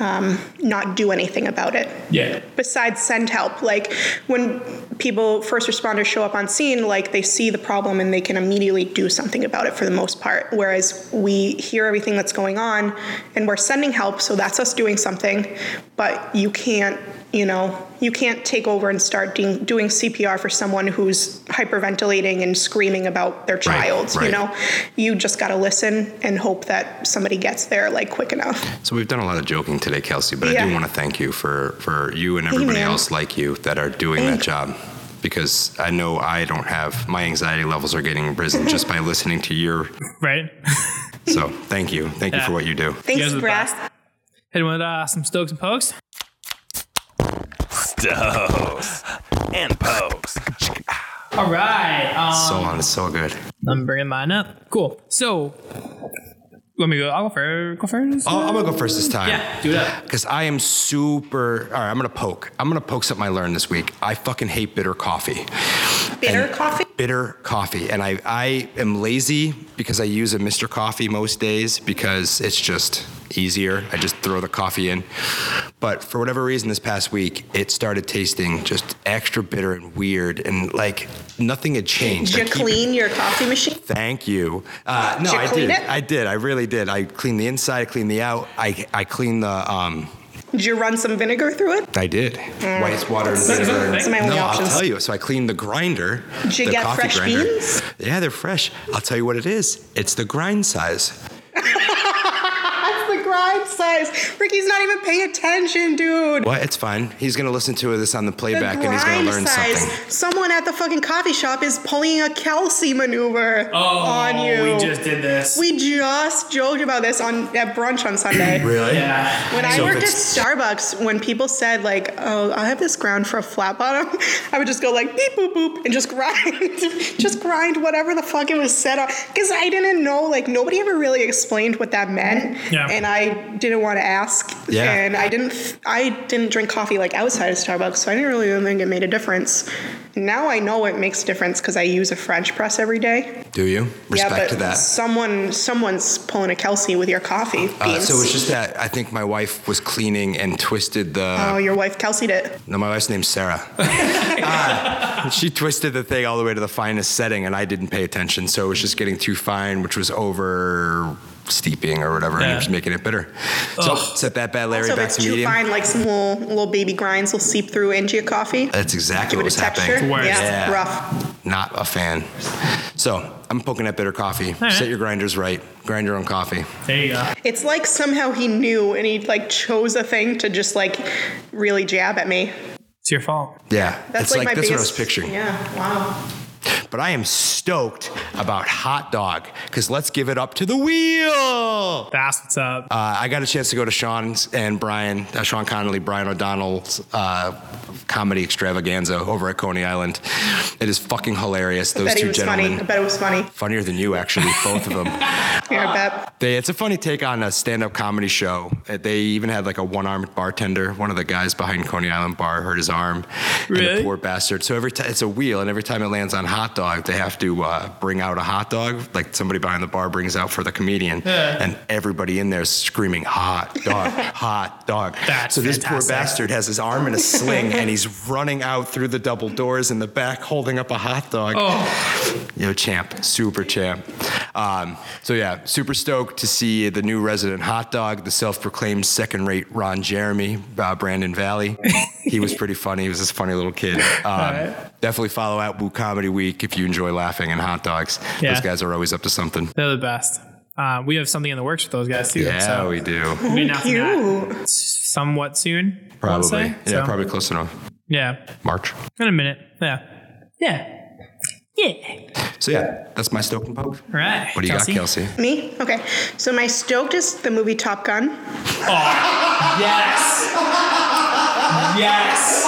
S3: um, not do anything about it
S1: Yeah.
S3: besides send help like when people first responders show up on scene like they see the problem and they can immediately do something about it for the most part whereas we hear everything that's going on and we're sending help so that's us doing something but you can't you know you can't take over and start doing, doing cpr for someone who's hyperventilating and screaming about their child you
S4: right.
S3: know you just got to listen and hope that somebody gets there like quick enough
S4: So we've done a lot of joking today, Kelsey, but I
S3: Yeah.
S4: do want to thank you for for you and everybody
S3: man.
S4: else like you that are doing that job. Because I know I don't have my anxiety levels are getting risen just by listening to your.
S1: Right?
S4: So thank you, thank you for
S1: Yeah. Um,
S4: what you do.
S1: guys
S3: thanks
S1: are the
S3: brad
S1: best. Hit with uh, some Stokes and Pokes.
S5: Stokes and pokes.
S1: All right. Um,
S4: so on, it's so good.
S1: I'm bringing mine up. Cool. So Let me go. I'll go first. Go first.
S2: I'll- I'm gonna go first this time.
S1: Oh, Yeah, do it up.
S2: Because I am super. All right, I'm gonna poke. I'm gonna poke something I learned this week. I fucking hate bitter coffee.
S3: Bitter
S2: And-
S3: coffee?
S2: Bitter coffee, and I I am lazy because I use a Mr. Coffee most days because it's just easier. I just throw the coffee in. But for whatever reason, this past week it started tasting just extra bitter and weird, and like nothing had changed.
S3: Did you
S2: I keep-
S3: clean your coffee machine?
S2: Thank you. Uh, no,
S3: Did you
S2: I
S3: clean
S2: did.
S3: it?
S2: I did. I really did. I cleaned the inside. I cleaned the out. I I cleaned the. Um,
S3: Did you run some vinegar through it?
S2: I did. White water and
S1: Mm. that
S2: vinegar.
S1: a
S2: and-
S1: thing? That's
S3: my only
S2: no,
S3: options.
S2: I'll tell you. So I cleaned the grinder.
S3: Did you
S2: the
S3: get
S2: coffee
S3: fresh
S2: grinder.
S3: beans?
S2: Yeah, they're fresh. I'll tell you what it is. It's the grind size.
S3: That's the grind size. Ricky's not even paying attention, dude.
S2: What? It's fine. He's gonna listen to this on the
S3: The
S2: playback and he's gonna
S3: grind
S2: learn
S3: size.
S2: something.
S3: Someone at the fucking coffee shop is pulling a Kelsey maneuver on you.
S1: Oh, We just did this.
S3: We just joked about this on at brunch on Sunday.
S2: Really?
S1: yeah.
S3: When I
S2: So if
S3: worked at
S2: it's-
S3: Starbucks, when people said like, "Oh, I have this ground for a flat bottom," I would just go like beep boop boop and just grind, just grind whatever the fuck it was said on. Because I didn't know, like nobody ever really explained what that meant,
S1: Yeah.
S3: and I didn't want to ask.
S2: Yeah.
S3: And I didn't, I didn't drink coffee like outside of Starbucks, so I didn't really think it made a difference. Now I know it makes a difference because I use a French press every day.
S2: Do you? Respect
S3: yeah, but
S2: to that.
S3: someone, someone's pulling a Kelsey with your coffee beans.
S2: Uh, so it's just that I think my wife was cleaning and twisted the.
S3: Oh, your wife Kelsey'd it.
S2: No, my wife's name's Sarah. Ah, she twisted the thing all the way to the finest setting, and I didn't pay attention, so it was just getting too fine, which was over steeping or whatever, and it
S1: Yeah.
S2: was making it bitter. So set that bad Larry
S3: so if
S2: back
S3: it's
S2: to
S3: too
S2: medium.
S3: fine, like some little, little baby grinds will seep through into your coffee.
S2: That's exactly
S3: Give
S2: what
S3: it
S2: was
S3: a texture.
S2: happening.
S1: worse.
S3: Yeah,
S2: Yeah.
S3: rough.
S2: Not a fan. So I'm poking at bitter coffee.
S1: right.
S2: Set your grinders right. Grind your own coffee.
S1: There you go.
S3: It's like somehow he knew and he like chose a thing to just like really jab at me.
S1: It's your fault.
S2: Yeah,
S3: That's
S2: it's
S3: like,
S2: like,
S3: my
S2: that's what
S3: biggest.
S2: I was picturing.
S3: Yeah. Wow.
S2: But I am stoked about hot dog because let's give it up to the wheel.
S1: That's what's up.
S2: Uh, I got a chance to go to Sean's and Brian, uh, Sean Connolly, Brian O'Donnell's uh, comedy extravaganza over at Coney Island. It is fucking hilarious. Those
S3: bet he
S2: two
S3: was
S2: gentlemen,
S3: funny. I bet it was funny.
S2: funnier than you actually, both of them.
S3: Here, I bet.
S2: They, it's a funny take on a stand-up comedy show. Uh, They even had like a one-armed bartender. One of the guys behind Coney Island Bar hurt his arm. And
S1: Really?
S2: the poor bastard. So every time it's a wheel, and every time it lands on hot dog, they have to uh, bring out a hot dog. Like somebody behind the bar brings out for the comedian, and everybody in there is screaming hot dog, hot dog.
S1: That's
S2: so this poor
S1: fantastic.
S2: bastard has his arm in a sling, and he's running out through the double doors in the back, holding up a hot dog.
S1: Oh,
S2: Yo, champ, super champ. Um, so yeah, super stoked to see the new resident hot dog, the self-proclaimed second-rate Ron Jeremy, uh, Brandon Valley. he was pretty funny. He was this funny little kid. Um, Definitely follow out Woo Comedy Week if you enjoy laughing and hot dogs.
S1: Yeah.
S2: Those guys are always up to something.
S1: They're the best. Uh, we have something in the works with those guys too.
S2: Yeah,
S1: so
S2: we do.
S1: we'll be announcing
S3: Cute.
S1: that somewhat soon. I wanna
S2: Probably.
S1: say.
S2: Yeah,
S1: So,
S2: probably close enough.
S1: Yeah,
S2: March.
S1: in a minute. Yeah, yeah, yeah.
S2: So yeah, that's my stoke and poke.
S1: All right.
S2: What do you got, Kelsey?
S3: Me? Okay. So my stoked is the movie Top Gun.
S1: Yes. yes.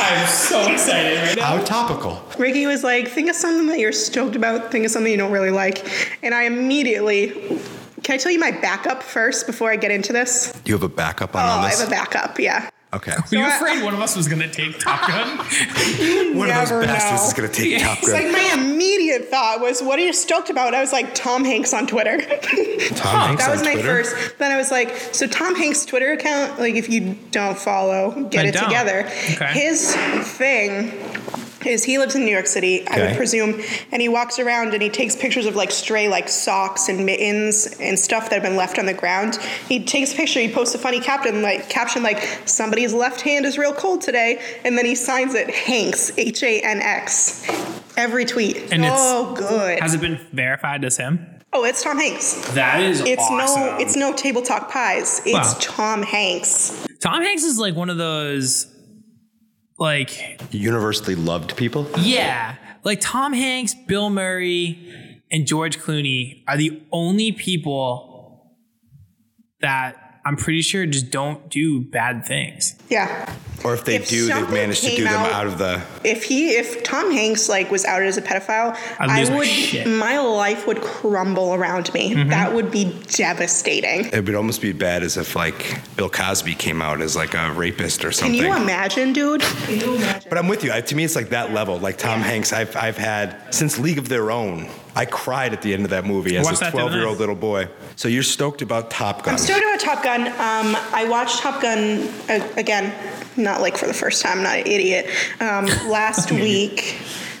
S1: I'm so excited right now.
S2: How topical.
S3: Ricky was like, think of something that you're stoked about, think of something you don't really like. And I immediately can I tell you my backup first before I get into this?
S2: You have a backup on
S3: Oh,
S2: all
S3: I
S2: this?
S3: have a backup, yeah.
S2: okay.
S1: Were you
S3: So I-
S1: afraid one of us was gonna take Top Gun?
S2: One of
S3: never
S2: those bastards
S3: know.
S2: is going to take Top
S3: It's
S2: Gun.
S3: like my immediate thought was, "What are you stoked about?" I was like, "Tom Hanks on Twitter."
S2: Tom Hanks
S3: that was
S2: on
S3: my
S2: Twitter?
S3: first. Then I was like, "So Tom Hanks' Twitter account, like if you don't follow, get
S1: I
S3: it
S1: don't.
S3: together."
S1: Okay.
S3: His thing is he lives in New York City, I would
S2: Okay.
S3: presume, and he walks around and he takes pictures of like stray like socks and mittens and stuff that have been left on the ground. He takes a picture, he posts a funny caption like caption like somebody's left hand is real cold today, and then he signs it Hanks H A N X. Every tweet.
S1: And it's-
S3: oh good.
S1: Has it been verified as him?
S3: oh, it's Tom Hanks.
S1: That is
S3: It's no it's no table talk pies. It's
S1: Wow.
S3: Tom Hanks.
S1: Tom Hanks is like one of those, like
S2: Universally loved people.
S1: yeah, like Tom Hanks, Bill Murray, and George Clooney are the only people that I'm pretty sure just don't do bad things.
S3: Yeah.
S2: Or if they
S3: If
S2: do, they've
S3: something
S2: managed to do
S3: came
S2: them
S3: out-
S2: out of the.
S3: if he if Tom Hanks like was outed as a pedophile,
S1: I'd
S3: I
S1: lose my
S3: would
S1: shit. Mm-hmm.
S3: my life would crumble around me. That would be devastating.
S2: It would almost be bad as if like Bill Cosby came out as like a rapist or
S3: Can
S2: something.
S3: you imagine, dude? Can you imagine?
S2: But I'm with you. I, to me, it's like that level. Like Tom Hanks, I've, I've had since League of Their Own. I cried at the end of that movie as
S1: Watched
S2: a
S1: that the other
S2: 12 year old
S1: night.
S2: little boy. So you're stoked about Top Gun.
S3: I'm stoked about Top Gun. Um, I watched Top Gun uh, again, not like for the first time, not an idiot, um, last week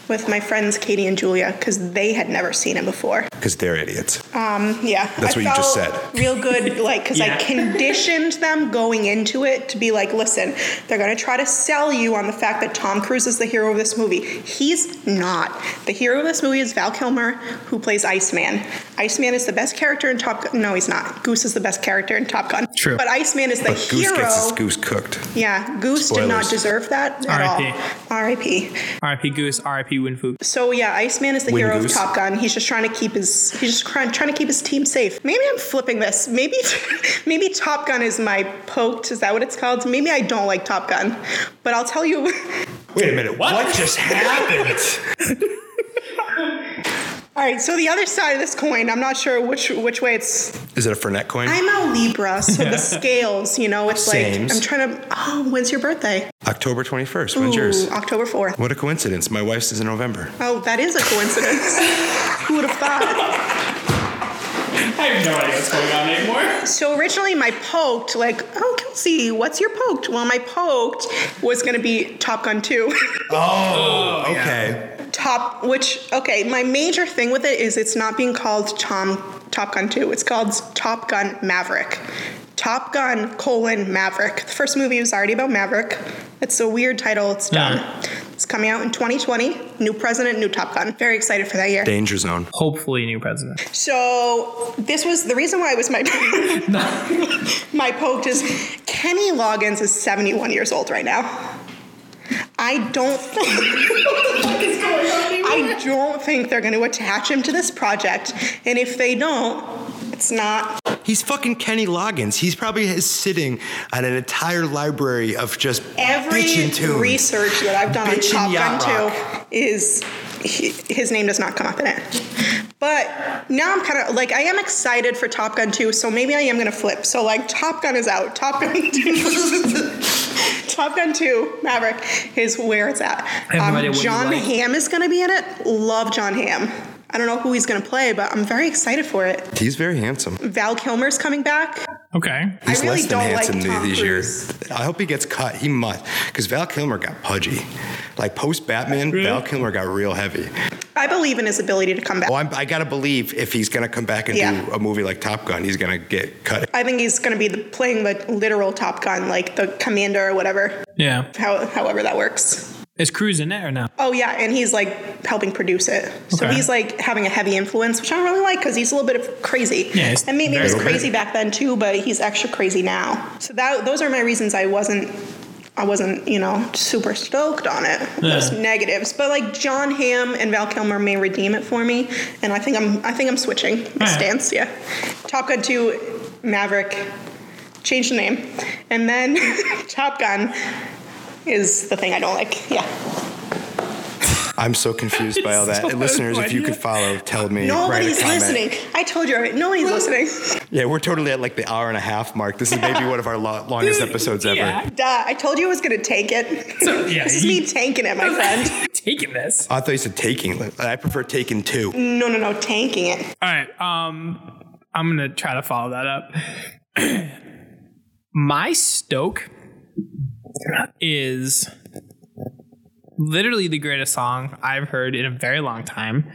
S3: with my friends Katie and Julia because they had never seen it before. Um,
S2: Because they're idiots.
S3: Yeah,
S2: That's what
S3: I
S2: you just
S3: felt
S2: said.
S3: Real good, like because
S1: Yeah.
S3: I conditioned them going into it to be like, listen, they're going to try to sell you on the fact that Tom Cruise is the hero of this movie. He's not. The hero of this movie is Val Kilmer, who plays Iceman. Iceman is the best character in Top Gun. No, he's not. Goose is the best character in Top Gun.
S1: True.
S3: But Iceman is the
S2: But Goose
S3: hero.
S2: gets his goose cooked.
S3: yeah, Goose did
S2: Spoilers.
S3: not deserve that at
S1: R.I.P..
S3: all. R.I.P.
S1: R.I.P. Goose, R.I.P. Winfu.
S3: So yeah, Iceman is the
S2: Win
S3: hero
S2: Goose.
S3: of Top Gun. He's just trying to keep his he's just trying, trying to keep his team safe. Maybe I'm flipping this. Maybe maybe Top Gun is my poked. Is that what it's called? Maybe I don't like Top Gun, but I'll tell you.
S2: Wait a minute. What, just happened?
S3: All right, so the other side of this coin, I'm not sure which which way it's.
S2: Is it a Fernet coin?
S3: I'm a Libra, so the scales, you know, it's
S2: Sames.
S3: like I'm trying to. Oh, when's your birthday?
S2: October 21st. When's yours?
S3: Ooh, October 4th.
S2: What a coincidence. My wife's is in November.
S3: Oh, that is a coincidence. Who would have thought?
S1: I have no idea what's going on anymore.
S3: So originally, my poked, like, oh, Kelsey, what's your poked? Well, my poked was going to be Top Gun 2.
S2: Oh, okay.
S3: Top, which, okay, my major thing with it is it's not being called Tom Top Gun 2. It's called Top Gun Maverick. Top Gun colon Maverick. The first movie was already about Maverick. It's a weird title. It's dumb. It's coming out in 2020. New president, new Top Gun. Very excited for that year.
S2: Danger zone.
S1: Hopefully, new president.
S3: So this was the reason why it was my my poked is Kenny Loggins is 71 years old right now. I don't think I don't think they're going to attach him to this project, and if they don't, it's not.
S2: He's fucking Kenny Loggins. He's probably is sitting on an entire library of just
S3: Every
S2: bitchin' tunes.
S3: research that I've done
S2: Bitchin'
S3: on
S2: Yacht
S3: Top Gun
S2: Rock.
S3: 2 is he, his name does not come up in it. But now I'm kind of like I am excited for Top Gun 2, so maybe I am gonna flip. So like Top Gun is out. Top Gun 2. Top Gun 2 Maverick is where it's at. Um,
S1: have no idea what you
S3: John
S1: like.
S3: Hamm is gonna be in it. Love John Hamm. I don't know who he's gonna play, but I'm very excited for it.
S2: He's very handsome.
S3: Val Kilmer's coming back.
S1: Okay.
S2: He's
S3: I really
S2: less than
S3: don't
S2: handsome
S3: like Tom
S2: these
S3: Cruise.
S2: years. I hope he gets cut. He must, because Val Kilmer got pudgy. Like post Batman, Val Kilmer got real heavy.
S3: I believe in his ability to come back.
S2: Well, I'm, I gotta believe if he's gonna come back and do
S3: Yeah.
S2: a movie like Top Gun, he's gonna get cut.
S3: I think he's going to be the, playing the literal Top Gun, like the commander or whatever,
S1: Yeah.
S3: how, however that works.
S1: Is Cruise in it or no?
S3: Oh, yeah, and he's like helping produce it. So
S1: Okay.
S3: he's like having a heavy influence, which I really like because he's a little bit of crazy.
S1: Yeah, he's
S3: and maybe he
S1: very
S3: was
S1: okay.
S3: crazy back then too, but he's extra crazy now. So that those are my reasons I wasn't. I wasn't, you know, super stoked on it. Those
S1: Yeah.
S3: negatives, but like John Hamm and Val Kilmer may redeem it for me, and I think I'm, I think I'm switching my
S1: Alright.
S3: stance. Yeah, Top Gun Two, Maverick, change the name, and then Top Gun is the thing I don't like. Yeah.
S2: I'm so confused by all that.
S1: Still
S2: And listeners,
S1: no
S2: if you
S1: idea.
S2: could follow, tell me.
S3: Nobody's
S2: write a comment.
S3: listening. I told you already. Nobody's listening.
S2: Yeah, we're totally at like the hour and a half mark. This is maybe one of our lo- longest episodes ever.
S1: Yeah.
S3: Duh. I told you I was gonna tank it.
S1: yeah,
S3: this is
S1: you-
S3: me tanking it, my friend.
S1: Taking this.
S2: I thought you said taking. I prefer taking two.
S3: No, no, no, tanking it.
S1: All right. Um, I'm gonna try to follow that up. My Stoke is literally the greatest song I've heard in a very long time.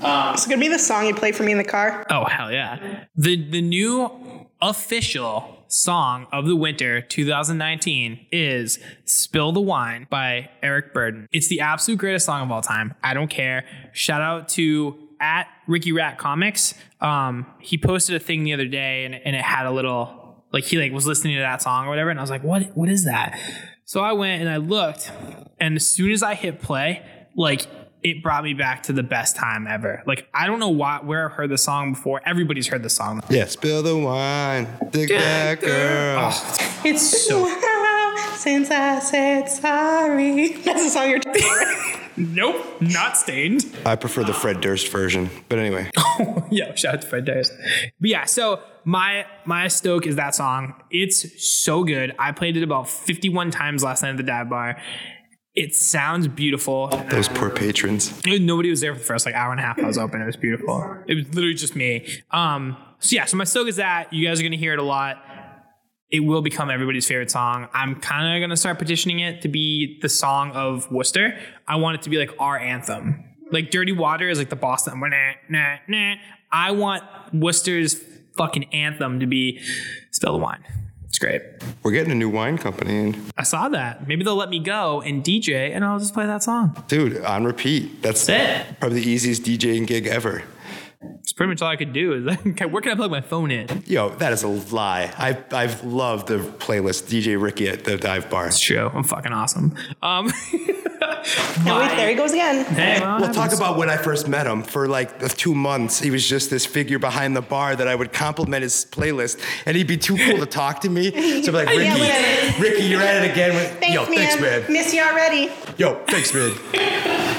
S3: It's gonna be the song you play for me in the car.
S1: Oh hell yeah! The the new official song of the winter 2019 is "Spill the Wine" by Eric Burden. It's the absolute greatest song of all time. I don't care. Shout out to at Ricky Rat Comics. Um, he posted a thing the other day, and, and it had a little like he like was listening to that song or whatever, and I was like, what What is that? So I went and I looked, and as soon as I hit play, like it brought me back to the best time ever. Like I don't know why where I've heard the song before. Everybody's heard the song.
S2: Yeah, spill the wine, dig that girl.
S1: It's so
S3: Wow, Since I said sorry. That's the song you're talking about.
S1: Nope, not stained.
S5: I prefer the Fred Durst version. But anyway,
S1: yeah, shout out to Fred Durst. But yeah, so my my stoke is that song. It's so good. I played it about 51 times last night at the dive bar. It sounds beautiful.
S5: those poor patrons.
S1: Nobody was there for the first like hour and a half I was open. It was beautiful. It was literally just me. Um, so yeah, so my stoke is that you guys are gonna hear it a lot. It will become everybody's favorite song. I'm kind of gonna start petitioning it to be the song of Worcester. I want it to be like our anthem. Like Dirty Water is like the Boston. Nah, nah, nah. I want Worcester's fucking anthem to be Spill the Wine. It's great.
S5: We're getting a new wine company, and
S1: I saw that. Maybe they'll let me go and DJ, and I'll just play that song.
S5: dude, on repeat. That's
S1: That's it.
S5: probably the easiest DJing gig ever.
S1: It's pretty much all I could do. Is like, where can I plug my phone in?
S5: Yo, that is a lie. I I've loved the playlist DJ Ricky at the dive bar.
S1: show. I'm fucking awesome. Um,
S3: Oh, wait, there he goes again.
S1: hey,
S5: We'll talk about when I first met him. For like the two months, he was just this figure behind the bar that I would compliment his playlist, and he'd be too cool to talk to me. So I'd be like, Ricky,
S3: Yeah, whatever.
S5: Ricky, you're at it again. With,
S3: Thanks,
S5: Yo,
S3: man.
S5: thanks, man.
S3: Miss you already.
S5: Yo, thanks, man.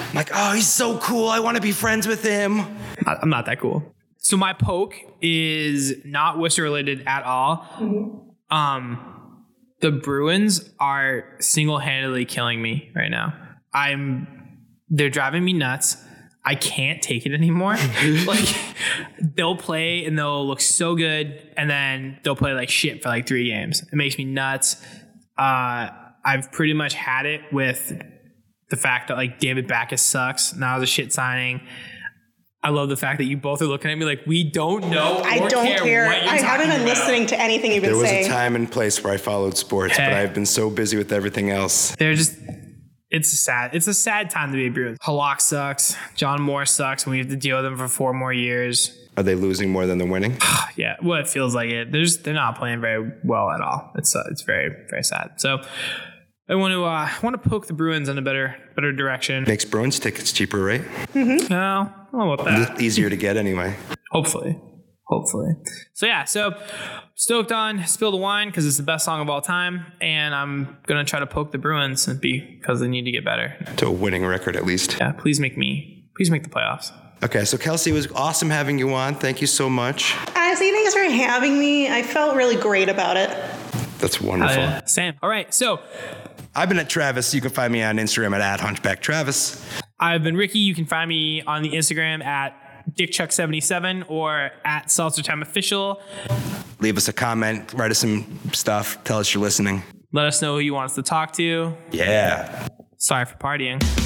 S5: I'm like, oh, he's so cool. I want to be friends with him.
S1: I- I'm not that cool. So my poke is not Worcester related at all. Um, the Bruins are single handedly killing me right now. I'm they're driving me nuts. I can't take it anymore. like they'll play and they'll look so good, and then they'll play like shit for like three games. It makes me nuts. Uh, I've pretty much had it with the fact that like David Backus sucks. Now is a shit signing. I love the fact that you both are looking at me like we don't know.
S3: I
S1: or
S3: don't care.
S1: what you're
S3: I haven't
S1: talking
S3: been
S1: about.
S3: listening to anything you've been
S5: There was
S3: saying.
S5: a time and place where I followed sports, but
S1: Hey.
S5: I've been so busy with everything else.
S1: They're just. It's a sad. It's a sad time to be a Bruins. Halak sucks. John Moore sucks, and we have to deal with him for four more years.
S5: Are they losing more than they're winning?
S1: Yeah, well, it feels like it. They're just, they're not playing very well at all. It's uh, it's very very sad. So I want to uh, I want to poke the Bruins in a better better direction.
S5: Makes Bruins tickets cheaper, right?
S1: No, I don't know about that.
S5: Easier to get anyway.
S1: Hopefully. Hopefully. So yeah, so stoked on Spill the Wine because it's the best song of all time. And I'm gonna try to poke the Bruins and be because they need to get better.
S5: To a winning record, at least.
S1: Yeah, please make me please make the playoffs.
S5: Okay, so Kelsey, it was awesome having you on. Thank you so much.
S3: Honestly, thanks for having me. I felt really great about it.
S5: That's
S1: Uh,
S5: wonderful.
S1: Sam. All right, so
S5: I've been at Travis. You can find me on Instagram at, at Hunchback Travis.
S1: I've been Ricky. You can find me on the Instagram at DickChuck77 or at Seltzer Time Official.
S5: Leave us a comment, write us some stuff, tell us you're listening.
S1: Let us know who you want us to talk to.
S5: Yeah.
S1: Sorry for partying.